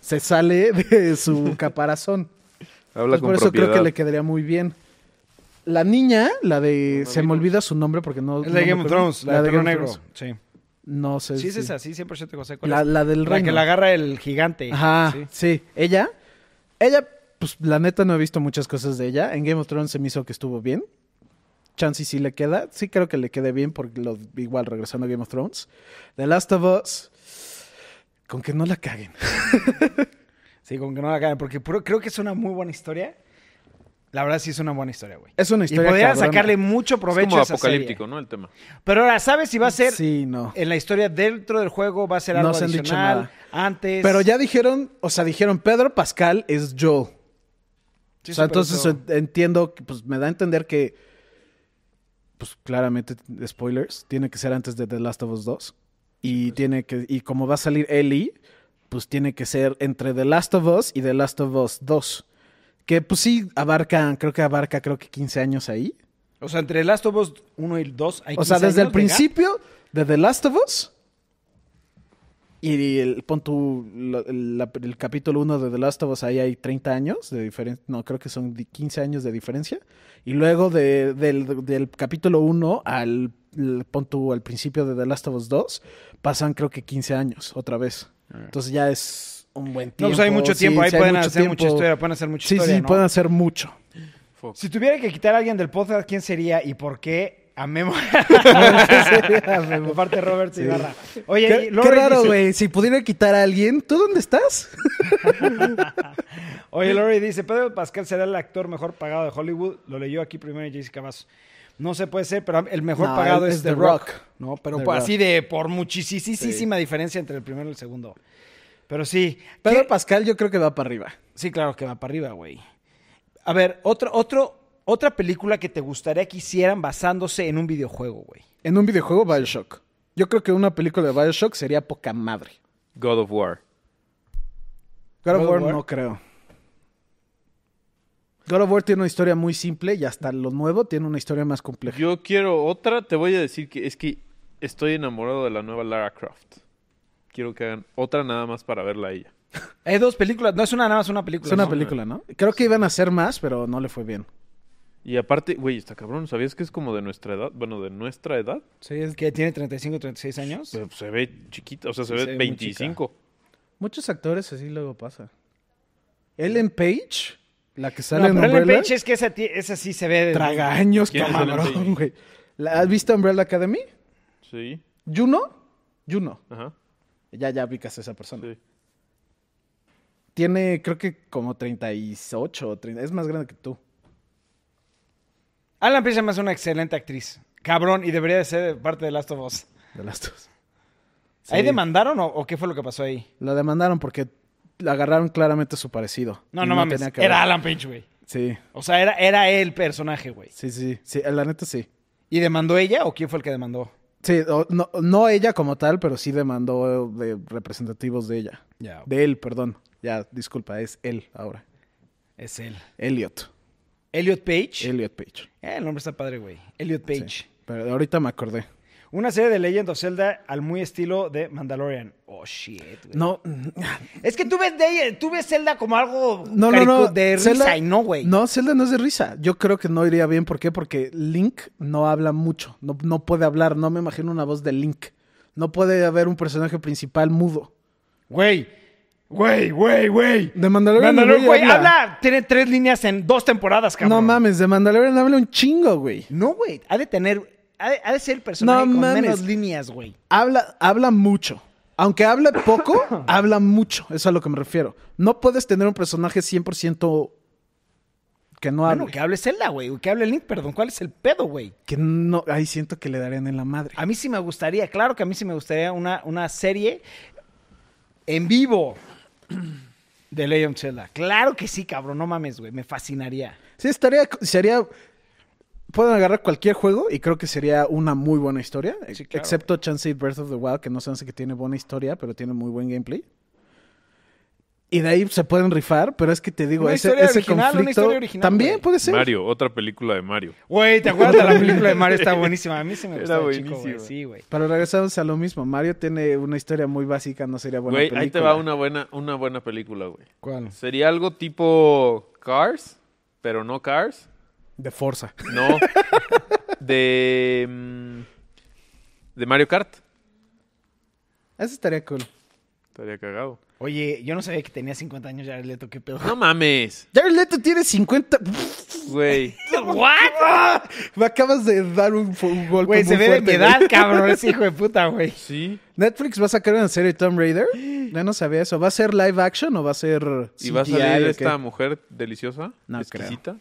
S2: se sale de su caparazón.
S3: Habla
S2: Entonces,
S3: con
S2: por eso
S3: propiedad.
S2: creo que le quedaría muy bien. La niña, la de.
S3: No,
S2: se
S3: no.
S2: me olvida su nombre porque no.
S1: Es
S2: no
S1: la de
S2: me
S1: Game of
S2: acuerdo.
S1: Thrones, la, de
S2: Game
S1: Perro
S2: of
S1: Negro.
S2: Thrones.
S1: Sí.
S2: No sé.
S1: Sí, es
S2: si-
S1: esa, sí, 100% José. ¿cuál
S2: La,
S1: es?
S2: la del
S1: La
S2: reino.
S1: que la agarra el gigante.
S2: Ajá,
S1: Eh, Sí.
S2: sí. Ella, ella, pues la neta no he visto muchas cosas de ella. En Game of Thrones se me hizo que estuvo bien. Chansey sí le queda. Sí creo que le quede bien porque lo, igual regresando a Game of Thrones. The Last of Us, con que no la caguen.
S1: Sí, con que no la caen, porque puro- creo que es una muy buena historia. La verdad sí es una buena historia, güey.
S2: Es una
S1: Y
S2: historia
S1: podrían
S2: cabrona.
S1: sacarle mucho
S3: Es
S1: provecho
S3: como
S1: a esa
S3: apocalíptico,
S1: serie.
S3: ¿no? El tema.
S1: Pero ahora, ¿sabes si va a ser
S2: Sí, no.
S1: en la historia dentro del juego? ¿Va a ser
S2: No
S1: algo
S2: se han dicho
S1: adicional?
S2: nada.
S1: Antes.
S2: Pero ya dijeron, o sea, dijeron Pedro Pascal es Joel.
S1: Sí,
S2: o sea,
S1: sí, pero
S2: entonces
S1: eso-
S2: en- entiendo, que, pues me da a entender que, pues claramente, spoilers, tiene que ser antes de The Last of Us 2. Y, tiene que, y como va a salir Ellie, pues tiene que ser entre The Last of Us y The Last of Us 2. Que pues sí, abarcan, creo que abarca, creo que 15 años ahí.
S1: O sea, entre Last of Us 1 y el 2 hay
S2: O sea,
S1: 15
S2: desde el
S1: años de gap.
S2: principio de The Last of Us. Y el, pon tú lo- el, la- el capítulo 1 de The Last of Us, ahí hay 30 años de diferencia. No, creo que son di- 15 años de diferencia. Y luego de- del, del capítulo 1 al, el- pon tú al principio de The Last of Us 2, pasan creo que 15 años otra vez.
S1: Ah.
S2: Entonces ya es un buen
S1: No,
S2: tiempo.
S1: pues hay mucho
S2: Sí,
S1: tiempo, ahí
S2: sí hay
S1: pueden
S2: mucho
S1: hacer mucha
S2: tiempo.
S1: historia, pueden hacer mucha
S2: Sí,
S1: historia,
S2: sí,
S1: ¿no? Pues,
S2: pueden hacer mucho.
S3: Fuck.
S1: Si tuviera que quitar a alguien del podcast, ¿quién sería y por qué? A Memo. Por parte de Robert Ibarra. Oye, y
S2: Qué, qué
S1: Lore
S2: raro,
S1: dice-
S2: güey. Si pudiera quitar a alguien, ¿tú dónde estás?
S1: Oye, Lori dice, Pedro Pascal será el actor mejor pagado de Hollywood. Lo leyó aquí primero Jessica Vaso. No se puede ser, pero el mejor
S2: No,
S1: pagado
S2: es
S1: es, The Rock. No, pero
S2: The
S1: por-
S2: Rock.
S1: así de por muchísima diferencia entre el primero y el segundo. Pero sí.
S2: Pedro
S1: ¿qué-
S2: Pascal yo creo que va para arriba.
S1: Sí, claro que va para arriba, güey. A ver, otro, otro, otra película que te gustaría que hicieran basándose en un videojuego, güey.
S2: En un videojuego, Bioshock. Yo creo que una película de Bioshock sería poca madre.
S3: God of War.
S2: God of War
S1: War?
S2: no creo. God of War tiene una historia muy simple y hasta lo nuevo tiene una historia más compleja.
S3: Yo quiero otra. Te voy a decir que es que estoy enamorado de la nueva Lara Croft. Quiero que hagan otra nada más para verla a ella.
S1: Hay dos películas, no es una nada más una película.
S2: es una
S1: ¿no?
S2: película, ¿no? Creo que iban a hacer más, pero no le fue bien.
S3: Y aparte, güey, está cabrón. ¿Sabías que es como de nuestra edad? Bueno, de nuestra edad.
S1: Sí, es que tiene 35, 36 años.
S3: Se, se ve chiquita, o sea, se
S1: Sí,
S3: ve
S1: se ve muy
S3: 25.
S2: Muchos actores así luego pasa. Ellen Page, la que
S1: No,
S2: sale en
S1: pero Ellen
S2: Umbrella,
S1: Page es que esa, ti- esa sí se ve. de-
S2: traga años,
S3: ¿Quién es Ellen Page?
S2: cabrón, güey. ¿La- ¿Has visto Umbrella Academy?
S3: Sí,
S2: ¿Juno? Juno.
S3: ajá.
S2: Ya, ya ubicas a esa persona.
S3: Sí.
S2: Tiene, creo que como 38 o 30. Es más grande que tú.
S1: Alan Page además es una excelente actriz. Cabrón, y debería de ser parte de Last of Us.
S2: De las dos.
S1: ¿Ahí
S2: Sí.
S1: demandaron o, o qué fue lo que pasó ahí?
S2: La demandaron porque la agarraron claramente su parecido.
S1: No,
S2: Y
S1: no, mames.
S2: tenía que
S1: Era
S2: ver.
S1: Alan Page, güey.
S2: Sí,
S1: O sea, era, era el personaje, güey.
S2: sí, sí, sí. La neta sí.
S1: ¿Y demandó ella o quién fue el que demandó?
S2: Sí, o- no, no ella como tal, pero sí demandó de representativos de ella.
S1: Ya.
S2: De él, perdón. Ya, disculpa, es él ahora.
S1: Es él.
S2: Elliot.
S1: Elliot Page.
S2: Elliot Page.
S1: Eh, el nombre está padre, güey. Elliot Page.
S2: Sí. Pero ahorita me acordé.
S1: Una serie de Legend of Zelda al muy estilo de Mandalorian. Oh, shit, güey.
S2: No,
S1: Es que tú ves, de- tú ves Zelda como algo
S2: No, no, no.
S1: carico- de risa
S2: Zelda-
S1: y no, güey.
S2: No, Zelda no es de risa. Yo creo que no iría bien. ¿Por qué? Porque Link no habla mucho. No, no puede hablar. No me imagino una voz de Link. No puede haber un personaje principal mudo.
S1: Güey, güey, güey, güey.
S2: De Mandalorian,
S1: Mandalorian,
S2: el güey
S1: güey, habla. Tiene tres líneas en dos temporadas, cabrón.
S2: No mames, de Mandalorian habla un chingo, güey.
S1: No, güey. Ha de tener. Ha de, ha de ser el personaje
S2: No
S1: con
S2: mames.
S1: menos líneas, güey.
S2: Habla, habla mucho. Aunque hable poco, habla mucho. Eso es a lo que me refiero. No puedes tener un personaje 100% que no hable.
S1: Bueno, que hable Zelda, güey. Que hable Link, perdón. ¿Cuál es el pedo, güey?
S2: que no, ahí siento que le darían en la madre.
S1: A mí sí me gustaría, claro que a mí sí me gustaría una, una serie en vivo de Legend of Zelda. Claro que sí, cabrón, no mames, güey, me fascinaría.
S2: Sí, estaría, sería pueden agarrar cualquier juego y creo que sería una muy buena historia.
S1: Sí, claro.
S2: Excepto Chance y Breath of the Wild, que no se hace que tiene buena historia, pero tiene muy buen gameplay. Y de ahí se pueden rifar, pero es que te digo,
S1: Una
S2: ese,
S1: historia
S2: ese
S1: original, una
S2: conflicto
S1: historia original,
S2: también
S1: güey.
S2: puede ser.
S3: Mario, otra película de Mario.
S1: Güey, ¿te acuerdas de la película de Mario? Está buenísima. A mí sí me
S3: Era
S1: gustó. de chico,
S3: buenísima.
S1: güey. Sí, güey.
S2: Pero regresamos a lo mismo. Mario tiene una historia muy básica, no sería buena
S3: Güey,
S2: película.
S3: ahí te va una buena, una buena película, güey.
S1: ¿Cuál?
S3: Sería algo tipo Cars, pero no Cars.
S2: De Forza.
S3: No. De. mm, De Mario Kart.
S2: Eso estaría cool.
S3: Estaría cagado.
S1: Oye, yo no sabía que tenía 50 años ya, Leto, qué pedo.
S3: No mames,
S2: Jared Leto tiene 50...
S3: güey.
S2: Me acabas de dar un, fu- un golpe
S1: Güey,
S2: muy
S1: se ve de
S2: fuerte,
S1: mi edad, cabrón, ese hijo de puta, güey.
S3: Sí.
S2: Netflix va a sacar una serie de Tomb Raider. Ya no sabía eso. ¿Va a ser live action o va a ser
S3: ¿Y va a
S2: CGI
S3: salir
S2: o qué?
S3: esta mujer deliciosa?
S2: No
S3: exquisita.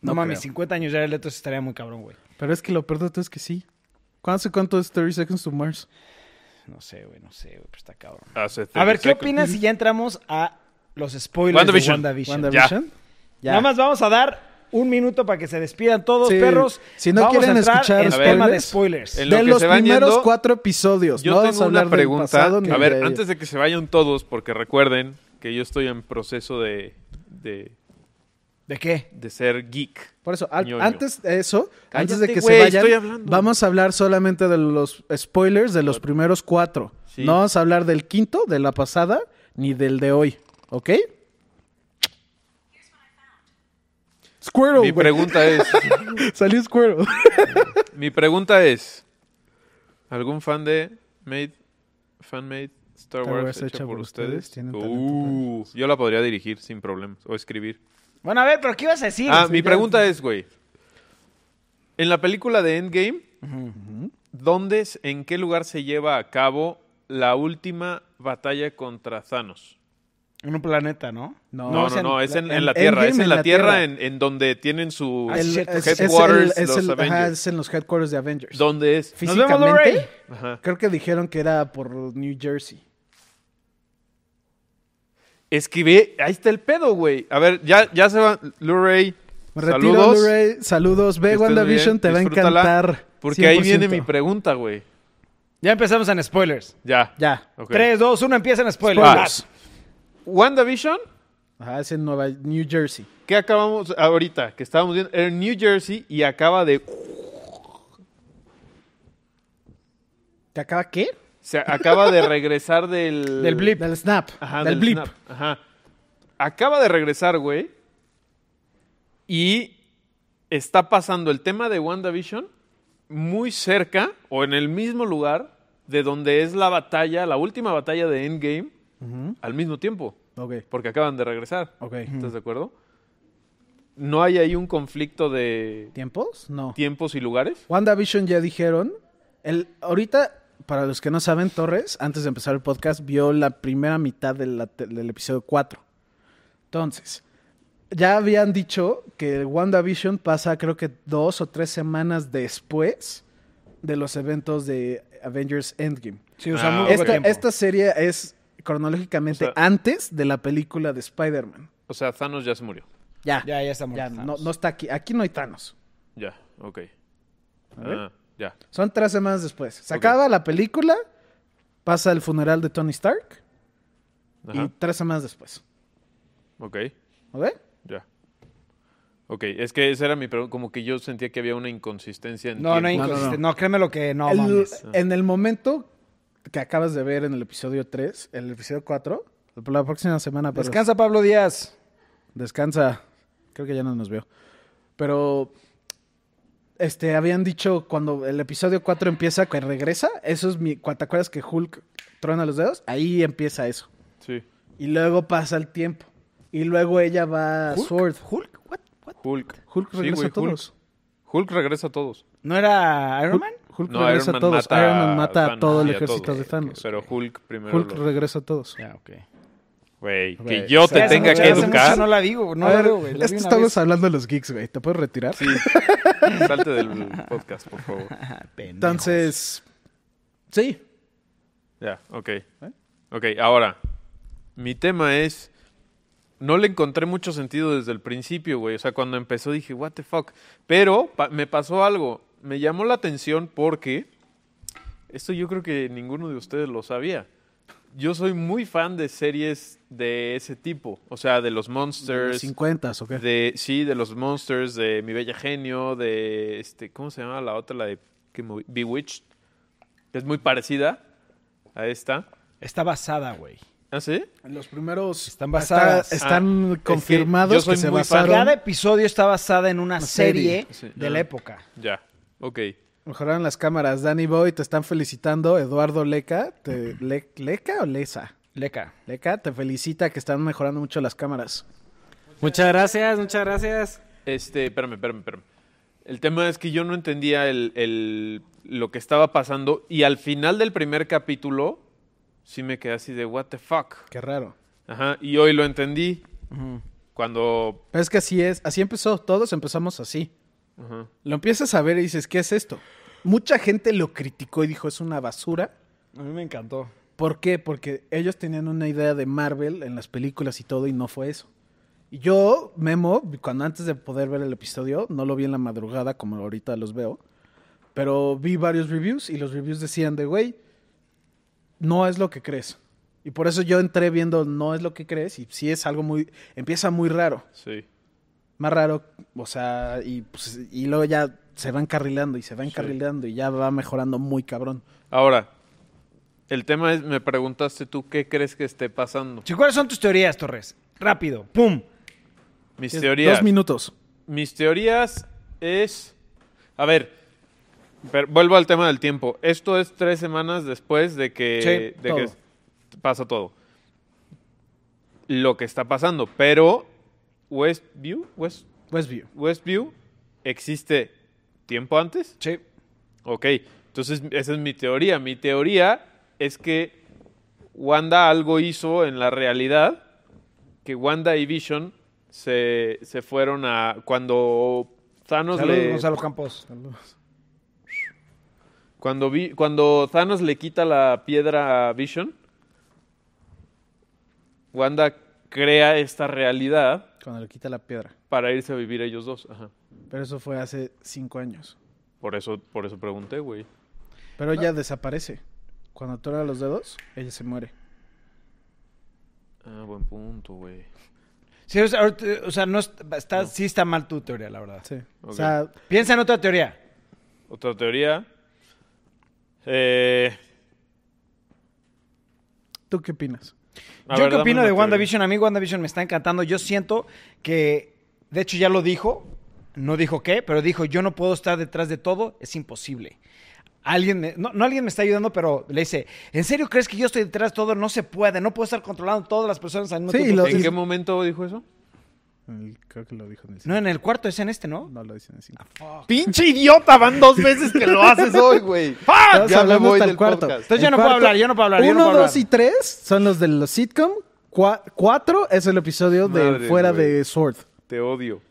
S1: No,
S2: No
S1: mames,
S2: creo.
S1: 50 años ya, Leto, eso estaría muy cabrón, güey.
S2: Pero es que lo peor de todo es que sí. ¿Cuánto, cuánto es 30 Seconds to Mars?
S1: No sé, güey, no sé, güey, pero está cabrón.
S3: Hace
S1: A ver, ¿qué
S3: 30
S1: opinas si ya entramos a los spoilers
S3: WandaVision.
S1: de WandaVision?
S2: WandaVision.
S1: Nada más vamos a dar un minuto para que se despidan todos,
S2: Sí.
S1: perros.
S2: Si no
S1: Vamos
S2: quieren
S1: a entrar
S2: escuchar
S1: en tema de
S2: spoilers,
S1: spoilers.
S3: en lo
S2: De
S3: que
S2: los
S3: se van
S2: primeros
S3: yendo,
S2: cuatro episodios.
S3: Yo
S2: no vamos
S3: tengo
S2: a hablar
S3: una pregunta.
S2: del pasado ni
S3: a ver,
S2: de-
S3: antes de que se vayan todos, porque recuerden que yo estoy en proceso de, de,
S1: ¿De qué?
S3: de ser geek.
S2: Por eso, al-
S3: Ñoño.
S2: antes de eso, antes de
S3: Cállate,
S2: que
S3: güey,
S2: se vayan,
S3: estoy hablando.
S2: vamos a hablar solamente de los spoilers de los primeros cuatro.
S3: Sí.
S2: No vamos a hablar del quinto, de la pasada, ni del de hoy. ¿Ok? Squirrel,
S3: Mi pregunta es,
S2: Salió Squirrel.
S3: mi pregunta es, ¿algún fan de made, fan made Star
S2: Star
S3: Wars,
S2: Wars
S3: hecha por ustedes?
S2: tienen talento
S3: Uh, yo la podría dirigir sin problemas o escribir.
S1: Bueno, a ver, pero ¿qué ibas a decir?
S3: Ah, mi pregunta es, güey. En la película de Endgame, ¿dónde, es- en qué lugar se lleva a cabo la última batalla contra Thanos?
S1: En un planeta, ¿no?
S2: No,
S3: No, no,
S2: es en-
S3: no, es en, en
S2: en
S3: la Tierra,
S2: Endgame,
S3: es en la Tierra en, en donde tienen su
S1: Ah, sí,
S2: El-
S1: cierto.
S2: es- es el-
S3: Headquarters,
S2: es
S3: los
S2: el- ajá,
S3: Avengers.
S2: es en los headquarters de Avengers.
S3: ¿Dónde es?
S1: Nos vemos, Blu-ray.
S2: Físicamente,
S3: Ajá.
S2: creo que dijeron que era por New Jersey.
S3: Es que ve, ahí está el pedo, güey. A ver, ya, ya se va Blu-ray.
S2: Me retiro,
S3: Saludos.
S2: Blu-ray. Saludos.
S3: Que
S2: Ve
S3: estés
S2: WandaVision,
S3: bien,
S2: te va a
S3: disfrútala,
S2: encantar.
S3: Porque ahí viene
S2: 100%.
S3: mi pregunta, güey.
S1: Ya empezamos en spoilers.
S3: Ya.
S2: Ya.
S3: Ok.
S1: 3, 2, 1, empiezan spoilers.
S2: Spoilers.
S3: WandaVision
S2: Ajá, es en Nueva New Jersey.
S3: ¿Qué acabamos ahorita? Que estábamos viendo en New Jersey y acaba de.
S2: ¿Te acaba qué?
S3: Se acaba de regresar del.
S1: Del blip.
S2: Del snap.
S3: Ajá,
S2: del, blip.
S3: snap. Ajá. Acaba de regresar, güey. Y está pasando el tema de WandaVision muy cerca o en el mismo lugar de donde es la batalla, la última batalla de Endgame, al mismo tiempo.
S2: Ok,
S3: Porque acaban de regresar.
S2: ok.
S3: ¿Estás de acuerdo? ¿No hay ahí un conflicto de
S2: ¿Tiempos? No.
S3: tiempos y lugares?
S2: WandaVision ya dijeron. El, ahorita, para los que no saben, Torres, antes de empezar el podcast, vio la primera mitad de la te- del episodio 4. Entonces, ya habían dicho que WandaVision pasa creo que dos o tres semanas después de los eventos de Avengers Endgame.
S1: Sí, o sea, muy
S3: Ah,
S1: poco
S3: ok.
S2: Esta,
S1: tiempo.
S2: esta serie es cronológicamente
S3: O sea-
S2: antes de la película de Spider-Man.
S3: O sea, Thanos ya se murió.
S2: Ya.
S1: Ya, ya está muerto
S2: Ya, no,
S1: Thanos.
S2: no está aquí. Aquí no hay Thanos.
S3: Ya, ok.
S2: ver.
S3: Ah, ya.
S2: Son tres semanas después. Se
S3: Ok.
S2: acaba la película, pasa el funeral de Tony Stark
S3: Ajá.
S2: y tres semanas después.
S3: Ok,
S2: ¿Ok?
S3: ya. Ok, es que esa era mi pregunta. Como que yo sentía que había una inconsistencia en
S1: No, no hay
S3: tiempo.
S2: No, no,
S1: inconsistente. No, créeme lo que no
S2: El-
S1: mames.
S2: en el momento que acabas de ver en el episodio 3, el episodio 4, la próxima semana. pero-
S1: Descansa, Pablo Díaz.
S2: Descansa. Creo que ya no nos vio. Pero este habían dicho cuando el episodio 4 empieza que regresa, eso es mi cuando te acuerdas que Hulk trona los dedos, ahí empieza eso.
S3: Sí,
S2: Y luego pasa el tiempo. Y luego ella va a Sword.
S1: Hulk, what? what?
S3: Hulk.
S2: Hulk
S3: Sí,
S2: regresa
S3: güey,
S2: a todos.
S3: Hulk. Hulk regresa a todos.
S1: ¿No era Iron Man?
S2: Hulk, Hulk
S3: No,
S2: regresa
S3: Iron Man
S2: a todos.
S3: mata
S2: Iron Man mata a
S3: Thanos,
S2: todo el
S3: sí, a
S2: ejército
S3: todos.
S2: de Thanos.
S3: Pero Hulk primero.
S2: Hulk
S3: lo-
S2: regresa a todos.
S1: Ya, ok.
S3: Güey, que
S2: Güey,
S3: yo
S2: se
S3: te
S1: Hace
S3: tenga
S1: mucho-
S3: que
S1: hace mucho No
S3: educar.
S1: la digo, no
S2: A
S1: la
S2: ver,
S1: veo, güey. La
S2: esto
S1: vi una
S2: estamos
S1: vez.
S2: hablando de los geeks, güey. ¿Te puedes retirar?
S3: Sí. Salte del podcast, por favor.
S1: Pendejo.
S2: Entonces, sí.
S3: Ya, ok. Ok, ahora. Mi tema es. no le encontré mucho sentido desde el principio, güey. O sea, cuando empezó dije, what the fuck. Pero pa- me pasó algo. Me llamó la atención porque. Esto yo creo que ninguno de ustedes lo sabía. Yo soy muy fan de series de ese tipo. O sea, de los Monsters.
S2: 50 o qué.
S3: De, sí, de los Monsters, de Mi Bella Genio, de este, ¿cómo se llama la otra? La de ¿qué movi- Bewitched. Es muy parecida a esta.
S1: Está basada, güey.
S3: ¿Ah, sí?
S2: Los primeros
S1: Están basadas.
S2: Está- están
S3: Ah, es que yo
S2: confirmados que,
S3: soy
S2: se
S3: muy
S2: basaron,
S1: Cada episodio está basada en una
S2: Una
S1: serie,
S2: serie.
S3: Sí.
S1: de la
S3: Ah.
S1: época.
S3: Ya. Ok.
S2: mejoraron las cámaras. Danny Boy te están felicitando, Eduardo Leca, te, Le- Leca o Lesa?
S1: Leca.
S2: Leca te felicita que están mejorando mucho las cámaras.
S5: Muchas gracias, muchas gracias.
S3: Este, espérame, espérame, espérame. El tema es que yo no entendía el, el- lo que estaba pasando y al final del primer capítulo sí me quedé así de what the fuck.
S2: Qué raro.
S3: Ajá, y hoy lo entendí. Cuando...
S2: Pero es que así es, así empezó, todos empezamos así.
S3: ajá.
S2: Lo empiezas a ver y dices, ¿qué es esto? Mucha gente lo criticó y dijo, es una basura.
S1: A mí me encantó.
S2: ¿Por qué? Porque ellos tenían una idea de Marvel en las películas y todo y no fue eso. Y yo, Memo, cuando antes de poder ver el episodio, no lo vi en la madrugada como ahorita los veo, pero vi varios reviews y los reviews decían de, güey, no es lo que crees. Y por eso yo entré viendo no es lo que crees y sí es algo muy, empieza muy raro,
S3: Sí.
S2: más raro, o sea, y, pues, y luego ya se va encarrilando y se va encarrilando y ya va mejorando muy cabrón.
S3: Ahora, el tema es, me preguntaste tú qué crees que esté pasando.
S1: Sí, ¿Cuáles son tus teorías, Torres? Rápido. ¡Pum!
S3: Mis
S2: Dos
S3: teorías.
S2: minutos.
S3: Mis teorías es. A ver. pero vuelvo al tema del tiempo. Esto es tres semanas después de que,
S2: Sí,
S3: de
S2: todo.
S3: que pasa todo. Lo que está pasando. Pero Westview, West,
S2: Westview.
S3: Westview existe tiempo antes.
S1: Sí.
S3: Ok, entonces esa es mi teoría. Mi teoría es que Wanda algo hizo en la realidad, que Wanda y Vision se, se fueron a... Cuando Thanos
S1: Saludos,
S3: le...
S1: Gonzalo Campos.
S3: Cuando, vi- cuando Thanos le quita la piedra a Vision, Wanda crea esta realidad
S2: Cuando le quita la piedra.
S3: para irse a vivir ellos dos. Ajá.
S2: Pero eso fue hace cinco años.
S3: Por eso, por eso pregunté, güey.
S2: Pero ella desaparece. Cuando atora los dedos, ella se muere.
S3: Ah, buen punto, güey.
S1: Sí, o sea, ahorita, o sea, no es- está, sí está mal tu teoría, la verdad.
S2: Sí.
S3: Ok.
S2: O sea,
S1: Piensa en otra teoría.
S3: Otra teoría. Eh,
S2: ¿tú qué opinas?
S3: A
S1: Yo
S3: ver,
S1: qué
S3: dame
S1: opino
S3: una
S1: de
S3: teoría.
S1: WandaVision. A mí WandaVision me está encantando. Yo siento que, de hecho ya lo dijo, no dijo qué, pero dijo, yo no puedo estar detrás de todo, es imposible. Alguien, me- no, no alguien me está ayudando, pero le dice, ¿en serio crees que yo estoy detrás de todo? No se puede, no puedo estar controlando todas las personas al mismo
S2: Sí, y
S1: tiempo.
S2: lo-
S3: ¿En qué momento dijo eso?
S2: El- creo que lo dijo en el
S1: No, en el cuarto es en este, ¿no?
S2: No lo dicen en el cinco.
S3: ¡Pinche idiota! Van dos veces que lo haces hoy, güey.
S2: Estamos hablando hasta el cuarto.
S1: Entonces
S2: El
S1: ya no puedo
S2: cuarto-
S1: hablar, ya no puedo hablar, ya no
S2: Uno,
S1: puedo
S2: dos
S1: hablar.
S2: y tres son los de los sitcom. Cua- cuatro es el episodio
S3: Madre,
S2: de Fuera
S3: güey.
S2: de Sword.
S3: Te odio.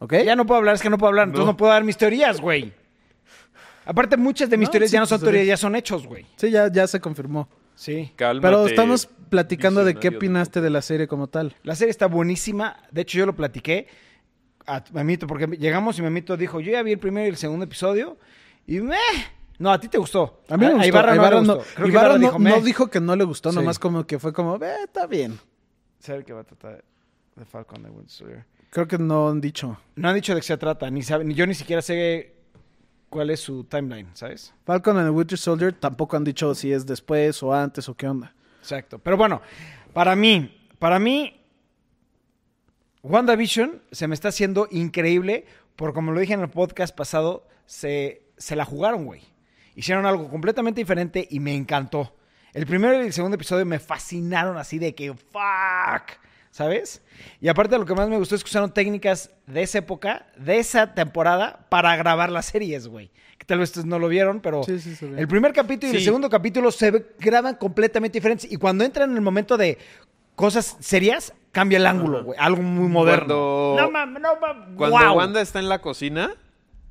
S2: ¿Ok?
S1: Ya no puedo hablar, es que no puedo hablar, entonces
S3: No.
S1: no puedo dar mis teorías, güey. Aparte, muchas de mis
S2: No,
S1: teorías
S2: sí, pues,
S1: ya no son
S2: tus
S1: teorías,
S2: teorías.
S1: ya son hechos, güey.
S2: Sí, ya, ya se confirmó.
S1: Sí.
S3: Cálmate.
S2: Pero estamos platicando de qué
S3: visionario,
S2: opinaste de la serie como tal.
S1: La serie está buenísima. De hecho, yo lo platiqué a Mamito, porque llegamos y Mamito dijo, yo ya vi el primero y el segundo episodio. Y meh. No, a ti te gustó.
S2: A mí me
S1: A- a
S2: gustó.
S1: Ah, Ibarra no
S2: Ibarra
S1: le
S2: no,
S1: gustó. Creo que
S2: Ibarra
S1: Ibarra
S2: no-
S1: dijo,
S2: no
S1: "Meh".
S2: dijo que no le gustó,
S1: Sí.
S2: nomás como que fue como, "Eh, está bien.
S1: Sabe que va a tratar de Falcon de Winter Soldier.
S2: Creo que no han dicho.
S1: No han dicho de qué se trata, ni, sabe- ni yo ni siquiera sé cuál es su timeline, ¿sabes?
S2: Falcon and the Winter Soldier tampoco han dicho si es después o antes o qué onda.
S1: Exacto. Pero bueno, para mí, para mí, WandaVision se me está haciendo increíble porque, como lo dije en el podcast pasado, se, se la jugaron, güey. Hicieron algo completamente diferente y me encantó. El primero y el segundo episodio me fascinaron así de que, fuck, ¿sabes? Y aparte lo que más me gustó es que usaron técnicas de esa época, de esa temporada, para grabar las series, güey. Que tal vez ustedes no lo vieron, pero
S2: Sí, sí, se ve.
S1: el primer capítulo y el
S3: Sí.
S1: segundo capítulo se ve- graban completamente diferentes. Y cuando entran en el momento de cosas serias, cambia el ángulo, güey. Algo muy moderno.
S3: Cuando-
S1: no mames, no mames.
S3: Cuando
S1: guau.
S3: Wanda está en la cocina,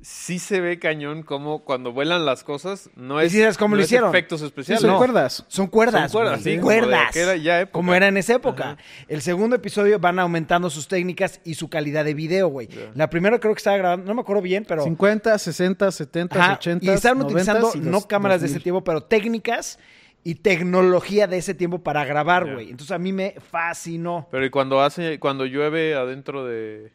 S3: sí se ve cañón como cuando vuelan las cosas, no
S1: ¿Y
S3: es,
S1: si sabes cómo
S3: no
S1: lo
S3: es
S1: hicieron?
S3: efectos
S2: Sí,
S3: especiales.
S2: son
S1: No.
S2: cuerdas.
S1: Son cuerdas.
S3: Son cuerdas,
S1: güey.
S3: sí, como de
S1: cuerdas.
S3: que era ya época.
S1: Como era en esa época. El segundo episodio van aumentando sus técnicas y su calidad de video, güey. La primera creo que estaba grabando, no me acuerdo bien, pero.
S2: 50, 60, 70,
S1: Ajá,
S2: 80.
S1: y estaban utilizando
S2: y los
S1: no cámaras de
S2: 2000.
S1: ese tiempo, pero técnicas y tecnología de ese tiempo para grabar,
S3: Ya.
S1: güey. Entonces a mí me fascinó.
S3: Pero y cuando hace, cuando llueve adentro de,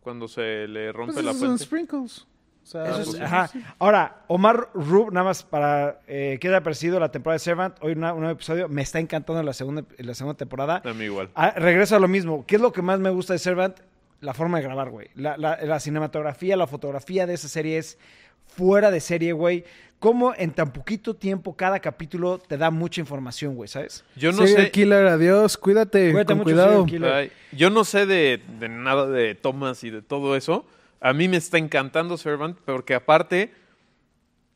S3: cuando se le rompe
S2: Pues
S3: la
S2: esos son
S3: fuente.
S2: sprinkles. O sea,
S1: Eso es-
S3: pues sí,
S1: ajá. Ahora, Omar Rub, nada más para eh, que haya aparecido la temporada de Servant, hoy una- un nuevo episodio, me está encantando la segunda, la segunda temporada.
S3: A mí igual.
S1: Ah, regreso a lo mismo. ¿Qué es lo que más me gusta de Servant? La forma de grabar, güey. La, la- la cinematografía, la fotografía de esa serie es fuera de serie, güey. Cómo en tan poquito tiempo cada capítulo te da mucha información, güey, ¿sabes?
S3: Yo no
S2: Serial
S3: sé.
S2: Killer, adiós. Cuídate.
S1: Cuídate
S2: con
S1: mucho,
S2: cuidado.
S1: serial killer.
S3: Ay, yo no sé de, de nada de Thomas y de todo eso. A mí me está encantando Servant porque aparte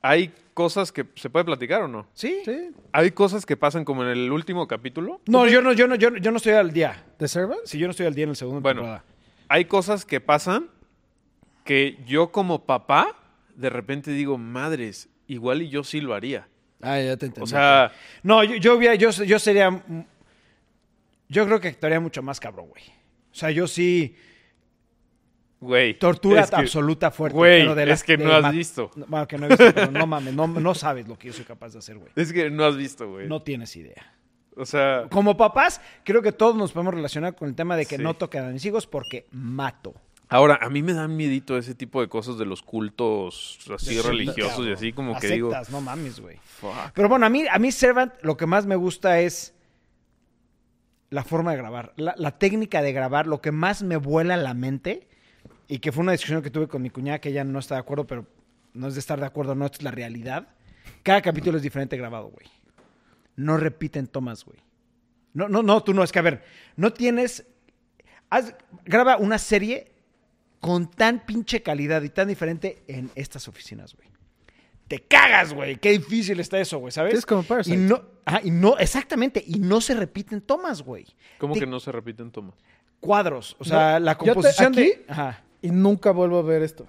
S3: hay cosas que se puede platicar o no.
S1: ¿Sí?
S2: Sí.
S3: Hay cosas que pasan como en el último capítulo.
S1: No, yo no, yo no, yo, no- yo no estoy al día.
S2: ¿The Servants?
S1: Si yo no estoy al día en el segundo
S3: Bueno.
S1: temporada.
S3: Hay cosas que pasan que yo como papá de repente digo, madres, igual y yo sí lo haría.
S1: Ah, ya te entendí.
S3: O sea,
S1: No, yo, yo, hubiera- yo, yo sería. mm, Yo creo que actuaría mucho más cabrón, güey. O sea, yo sí.
S3: güey.
S1: Tortura
S3: es que-
S1: absoluta fuerte.
S3: güey,
S1: pero de la-
S3: es que
S1: de
S3: no has
S1: ma-
S3: visto.
S1: No, bueno, que no he visto, pero no mames, no, no sabes lo que yo soy capaz de hacer, güey.
S3: Es que no has visto, güey.
S1: No tienes idea.
S3: O sea,
S1: Como papás, creo que todos nos podemos relacionar con el tema de que
S3: Sí.
S1: no toquen a mis hijos porque mato.
S3: ahora, a mí me dan miedito ese tipo de cosas de los cultos así religiosos y así como que digo...
S1: Aceptas, no mames, güey.
S3: Fuck.
S1: Pero bueno, a mí, a mí Servant lo que más me gusta es la forma de grabar, la, la técnica de grabar, lo que más me vuela la mente y que fue una discusión que tuve con mi cuñada que ella no está de acuerdo, pero no es de estar de acuerdo, no es la realidad. Cada capítulo es diferente grabado, güey. No repiten tomas, güey. No, no, no, tú no, es que a ver, no tienes... haz- graba una serie con tan pinche calidad y tan diferente en estas oficinas, güey. Te cagas, güey. Qué difícil está eso, güey, ¿sabes?
S2: Sí, es como Parasite.
S1: Y no, ajá, y no, exactamente, y no se repiten tomas, güey.
S3: ¿Cómo
S1: Te-
S3: que no se repiten tomas?
S1: Cuadros, o sea,
S2: No,
S1: la
S2: yo te-
S1: composición
S2: aquí-
S1: de... Ajá,
S2: Y nunca vuelvo a ver esto.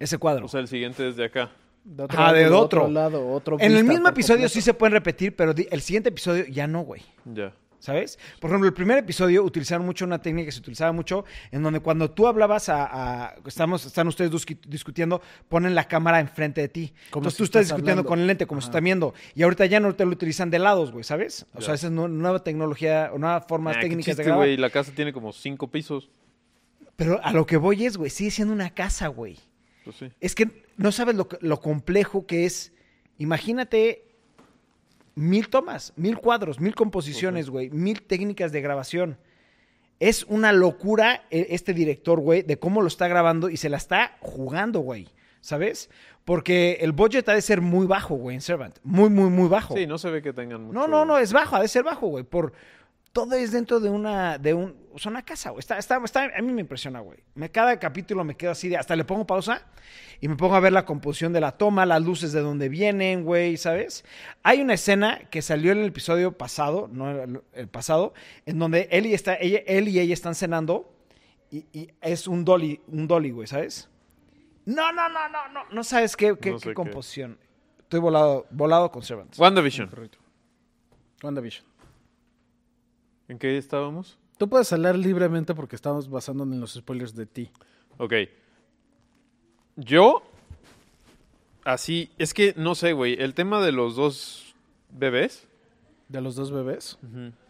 S1: ese cuadro.
S3: O sea, el siguiente es de acá.
S2: De
S1: Ajá,
S2: lado,
S1: del otro.
S2: lado, otro
S1: en el
S2: vista
S1: mismo
S2: por
S1: episodio
S2: completo.
S1: sí se pueden repetir, pero di- el siguiente episodio ya no, güey.
S3: Ya.
S1: ¿Sabes? Por ejemplo, el primer episodio utilizaron mucho una técnica que se utilizaba mucho, en donde cuando tú hablabas a... a- estamos, están ustedes discu- discutiendo, ponen la cámara enfrente de ti.
S2: Como
S1: Entonces
S2: si
S1: tú estás,
S2: estás
S1: discutiendo
S2: hablando.
S1: con el lente, como se
S2: Ajá.
S1: están viendo. Y ahorita ya no te lo utilizan de lados, güey, ¿sabes? O
S3: Ya.
S1: sea, esa es nu- nueva tecnología o nueva forma
S3: Ah, qué
S1: técnicas
S3: chiste,
S1: de grabar.
S3: güey, La casa tiene como cinco pisos.
S1: Pero a lo que voy es, güey, sigue siendo una casa, güey.
S3: Pues sí.
S1: Es que no sabes lo, que- lo complejo que es. Imagínate mil tomas, mil cuadros, mil composiciones, güey, mil técnicas de grabación. Es una locura eh, este director, güey, de cómo lo está grabando y se la está jugando, güey. ¿Sabes? Porque el budget ha de ser muy bajo, güey, en Servant. Muy, muy, muy bajo.
S3: Sí, no se ve que tengan mucho.
S1: No, no, no, es bajo, ha de ser bajo, güey. Por todo es dentro de una, de un, o sea, una casa, güey. Está, está, está- a mí me impresiona, güey. Me, cada capítulo me quedo así de, hasta le pongo pausa y me pongo a ver la composición de la toma, las luces de dónde vienen, güey, ¿sabes? Hay una escena que salió en el episodio pasado, no el, el pasado, en donde él y está, ella, él y ella están cenando y, y es un dolly, un dolly, güey, ¿sabes? No, no, no, no, no, no sabes qué, qué,
S3: No sé
S1: qué
S3: qué.
S1: composición. Estoy volado, volado con Servants.
S3: WandaVision.
S2: WandaVision.
S3: ¿En qué estábamos?
S2: Tú puedes hablar libremente porque estamos basándonos en los spoilers de ti.
S3: Ok. Yo. Así. Es que no sé, güey. El tema de los dos bebés.
S2: De los dos bebés.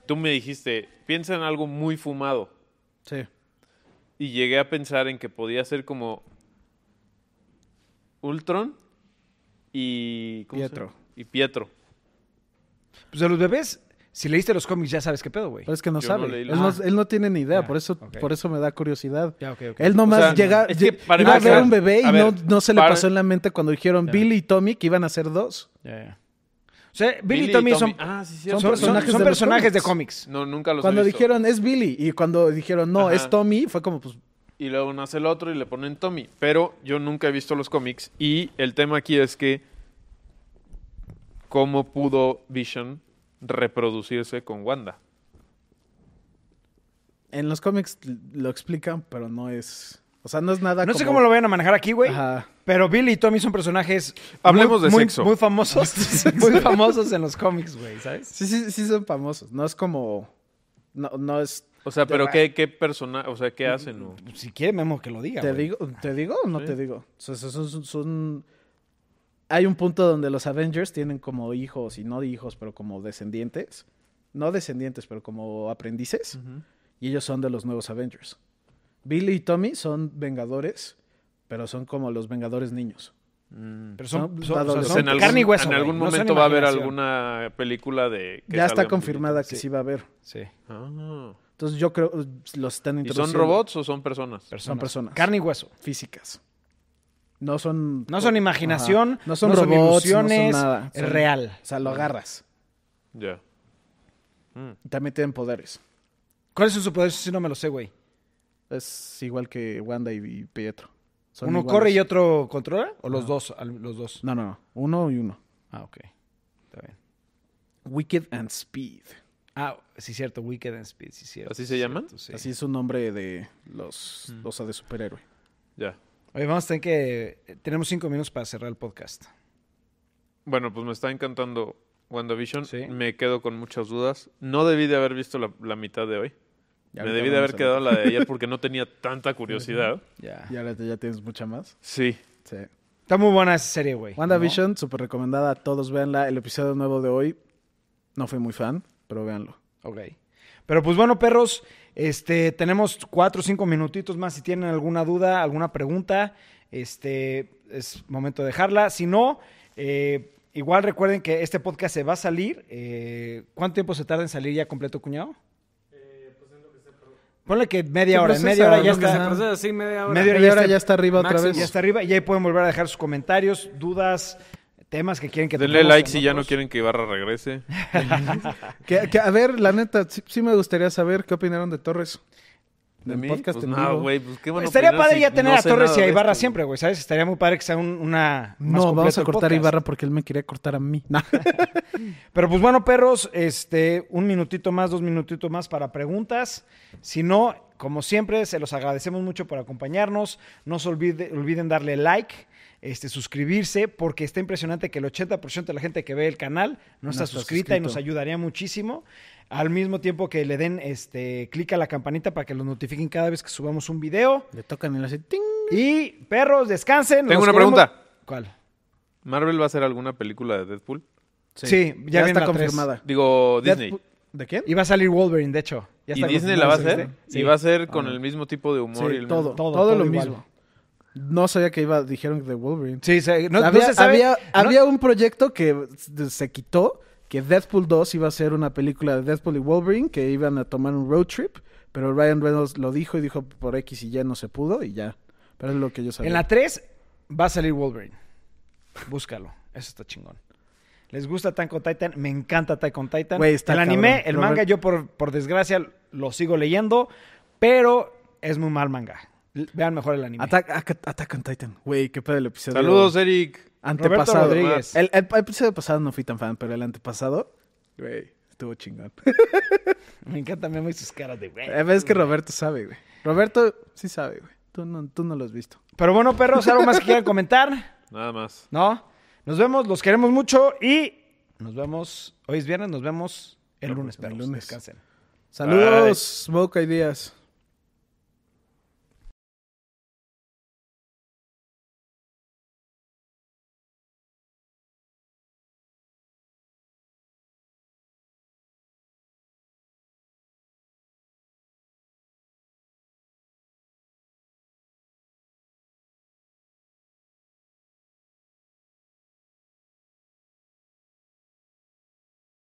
S3: Tú me dijiste, piensa en algo muy fumado.
S2: Sí.
S3: Y llegué a pensar en que podía ser como. Ultron. Y. ¿cómo se
S2: Pietro.
S3: llama? Y Pietro.
S1: Pues de los bebés, si leíste los cómics ya sabes qué pedo, güey.
S2: Pero es que no
S3: Yo no
S2: sabe.
S3: leí
S2: él,
S3: los-
S2: no,
S1: Ah.
S2: él no tiene ni idea,
S1: Ya,
S2: por eso,
S1: ok.
S2: por eso me da curiosidad.
S1: Ya, ok, ok.
S2: Él
S3: O
S2: nomás
S3: sea,
S2: llega,
S3: es que
S2: lle-
S3: para
S2: iba a
S3: empezar-
S2: ver un bebé y
S3: a ver,
S2: no, no se le
S3: para-
S2: pasó en la mente cuando dijeron Billy y Tommy que iban a ser dos.
S1: Ya, ya. O sea, Billy, y Tommy, son,
S3: Ah, sí,
S1: son-
S3: cierto.
S1: son- son
S2: personajes
S1: personajes,
S2: de
S1: de,
S2: los
S1: cómics.
S3: No, nunca los he
S2: Cuando
S3: visto.
S2: dijeron es Billy y cuando dijeron no,
S3: Ajá.
S2: es Tommy, fue como pues
S3: y luego nace el otro y le ponen Tommy. Pero yo nunca he visto los cómics y el tema aquí es que cómo pudo Vision reproducirse con Wanda.
S2: en los cómics lo explican, pero no es. O sea, no es nada
S1: No sé
S2: como-
S1: cómo lo vayan a manejar aquí, güey.
S2: Ajá.
S1: Pero Billy y Tommy son personajes.
S3: Hablemos
S1: muy,
S3: de
S1: muy-
S3: sexo.
S1: Muy famosos. muy famosos en los cómics, güey, ¿sabes?
S2: Sí, sí, sí son famosos. No es como... No, no es...
S3: O sea, pero ¿qué, qué persona, o sea,
S1: Mm.
S3: qué hacen? o-
S1: Si quiere, Memo, que lo diga.
S2: ¿Te
S1: güey.
S2: digo, ¿Te digo o no
S3: Sí.
S2: te digo? O sea, son- son- son- Hay un punto donde los Avengers tienen como hijos, y no hijos, pero como descendientes. No descendientes, pero como aprendices. Y ellos son de los nuevos Avengers. Billy y Tommy son vengadores, pero son como los vengadores niños.
S1: Pero son, son-
S2: No,
S1: o sea,
S2: dado
S3: O
S1: Mm. son
S3: sea, Pues en algún,
S1: carne y hueso.
S3: en
S1: güey,
S3: algún
S1: no son
S3: momento va a haber
S1: imaginación.
S3: alguna película de... que
S2: ya
S3: salgan
S2: está confirmada que
S1: Sí.
S2: sí. va a haber.
S1: Sí,
S3: Ah.
S2: Entonces yo creo eh, los están
S3: ¿Y son
S2: introduciendo.
S3: robots o son personas?
S1: personas.
S2: personas.
S1: Carne y hueso.
S2: Físicas. No son...
S1: No son imaginación,
S2: Ajá. No son
S1: no son
S2: robots,
S1: ilusiones,
S2: no son nada.
S1: es real.
S2: O sea, lo agarras.
S3: Ya.
S2: También tienen poderes.
S1: ¿Cuáles son sus poderes? Si no me lo sé, güey.
S2: Es igual que Wanda y, y Pietro. Son
S1: ¿Uno
S2: iguales.
S1: corre y otro controla? ¿O los dos? Al- Los dos.
S2: No, no, no. Uno y uno.
S1: Ah, ok. Está bien.
S2: Wicked and Speed.
S1: Ah, sí, cierto. Wicked and Speed, sí, cierto.
S3: ¿Así
S1: sí,
S3: se
S1: cierto,
S3: llaman?
S1: sí.
S2: Así es un nombre de los... O sea, de superhéroe.
S3: Ya.
S1: Oye, vamos a tener que. eh, Tenemos cinco minutos para cerrar el podcast.
S3: Bueno, pues me está encantando WandaVision.
S1: Sí.
S3: Me quedo con muchas dudas. No debí de haber visto la, la mitad de hoy.
S2: Ya
S3: me
S2: ahorita
S3: debí de
S2: vamos
S3: haber
S2: a
S3: quedado la de ayer porque no tenía tanta curiosidad.
S1: Ya.
S2: Y ahora te- ya tienes mucha más.
S3: Sí.
S2: Sí.
S1: Está muy buena esa serie, güey.
S2: WandaVision, súper recomendada. Todos véanla. El episodio nuevo de hoy. No fui muy fan, pero véanlo.
S1: ¿no? Ok. Pero pues bueno, perros, este, tenemos cuatro o cinco minutitos más si tienen alguna duda, alguna pregunta. Este, es momento de dejarla. Si no, eh, igual recuerden que este podcast se va a salir. eh, ¿Cuánto tiempo se tarda en salir ya completo, cuñado? Ponle que media
S2: Se
S1: hora, en
S2: procesa,
S1: media hora ya
S2: lo que se
S1: está.
S2: procesa.
S5: Entonces, sí, media hora.
S1: Media ya
S2: Pero ya Ah, ahora
S1: está-
S2: ya está arriba otra
S5: Máximo.
S2: vez.
S1: Ya está arriba y ahí pueden volver a dejar sus comentarios, dudas, temas que quieren que
S3: Denle
S1: toquemos
S3: like
S1: en
S3: si ya no
S1: otros.
S3: quieren que Ibarra regrese.
S2: Que, que, a ver, la neta, sí, sí me gustaría saber qué opinaron de Torres. Del
S3: mí?
S2: podcast
S3: Pues
S2: en
S3: no,
S2: vivo.
S3: güey, pues qué bueno.
S1: Estaría
S3: opinar
S1: padre
S3: si
S1: ya tener
S3: no
S1: a
S3: sé
S1: Torres
S3: nada
S1: y a
S3: de
S1: Ibarra
S3: esto,
S1: siempre, güey, ¿sabes? Estaría muy padre que sea un- una. más
S2: No, vamos
S1: completo
S2: a
S1: el
S2: cortar a
S1: podcast.
S2: Ibarra porque él me quería cortar a mí. No.
S1: Pero pues bueno, perros, este, un minutito más, dos minutitos más para preguntas. Si no, como siempre, se los agradecemos mucho por acompañarnos. No se olvide- olviden darle like. Este, suscribirse porque está impresionante que el 80% de la gente que ve el canal no,
S2: No
S1: está,
S2: está
S1: suscrita y
S2: suscrito.
S1: nos ayudaría muchísimo. Al mismo tiempo que le den este clic a la campanita para que los notifiquen cada vez que subamos un video.
S2: Le tocan y le hacen ting.
S1: Y perros, descansen.
S3: Tengo
S1: los
S3: una
S1: queremos-
S3: pregunta.
S1: ¿Cuál?
S3: ¿Marvel va a hacer alguna película de Deadpool?
S1: Sí, ya viene
S2: está
S1: la tres.
S2: confirmada.
S3: Digo, Disney.
S2: Deadpool- ¿De quién?
S1: Iba a salir Wolverine, de hecho. Ya
S3: ¿Y
S1: está
S3: Disney
S1: confirmado,
S3: la va a
S1: ¿sí?
S3: hacer?
S1: Sí.
S3: Y va a ser con el mismo tipo de humor y
S2: Sí,
S3: el
S2: todo, todo,
S1: Todo, todo
S2: lo
S1: igual.
S2: mismo. No sabía que iba, dijeron de Wolverine.
S1: Sí, se- no, no
S2: había,
S1: se sabe-
S2: había-
S1: no-
S2: había un proyecto que se- se quitó, que Deadpool 2 iba a ser una película de Deadpool y Wolverine, que iban a tomar un road trip, pero Ryan Reynolds lo dijo y dijo por X y ya no se pudo y ya. Pero es lo que yo sabía.
S1: en la 3 va a salir Wolverine. Búscalo. Eso está chingón. ¿Les gusta Attack on Titan? Me encanta Attack on Titan.
S2: Güey, está
S1: el anime,
S2: cabrón.
S1: el manga,
S2: Robert-
S1: yo por, por desgracia lo sigo leyendo, pero es muy mal manga. L- Vean mejor el anime.
S2: Attack, Attack- Attack on Titan. Güey, qué pedo el episodio.
S3: Saludos, eh. Eric.
S2: Antepasado.
S1: Roberto Rodríguez.
S2: El, el- el episodio pasado no fui tan fan, pero el antepasado, güey, estuvo chingón.
S1: Me encanta Memo y sus caras de güey.
S2: es Eh, que Roberto sabe, güey. Roberto sí sabe, güey. Tú no, tú no lo has visto.
S1: Pero bueno, perros, ¿algo más que quieran comentar?
S3: Nada más.
S1: ¿No? Nos vemos, los queremos mucho y nos vemos. Hoy es viernes, nos vemos el lunes,
S2: pues, el
S1: perros.
S2: lunes.
S1: Descansen.
S2: Saludos, Smoke Ideas.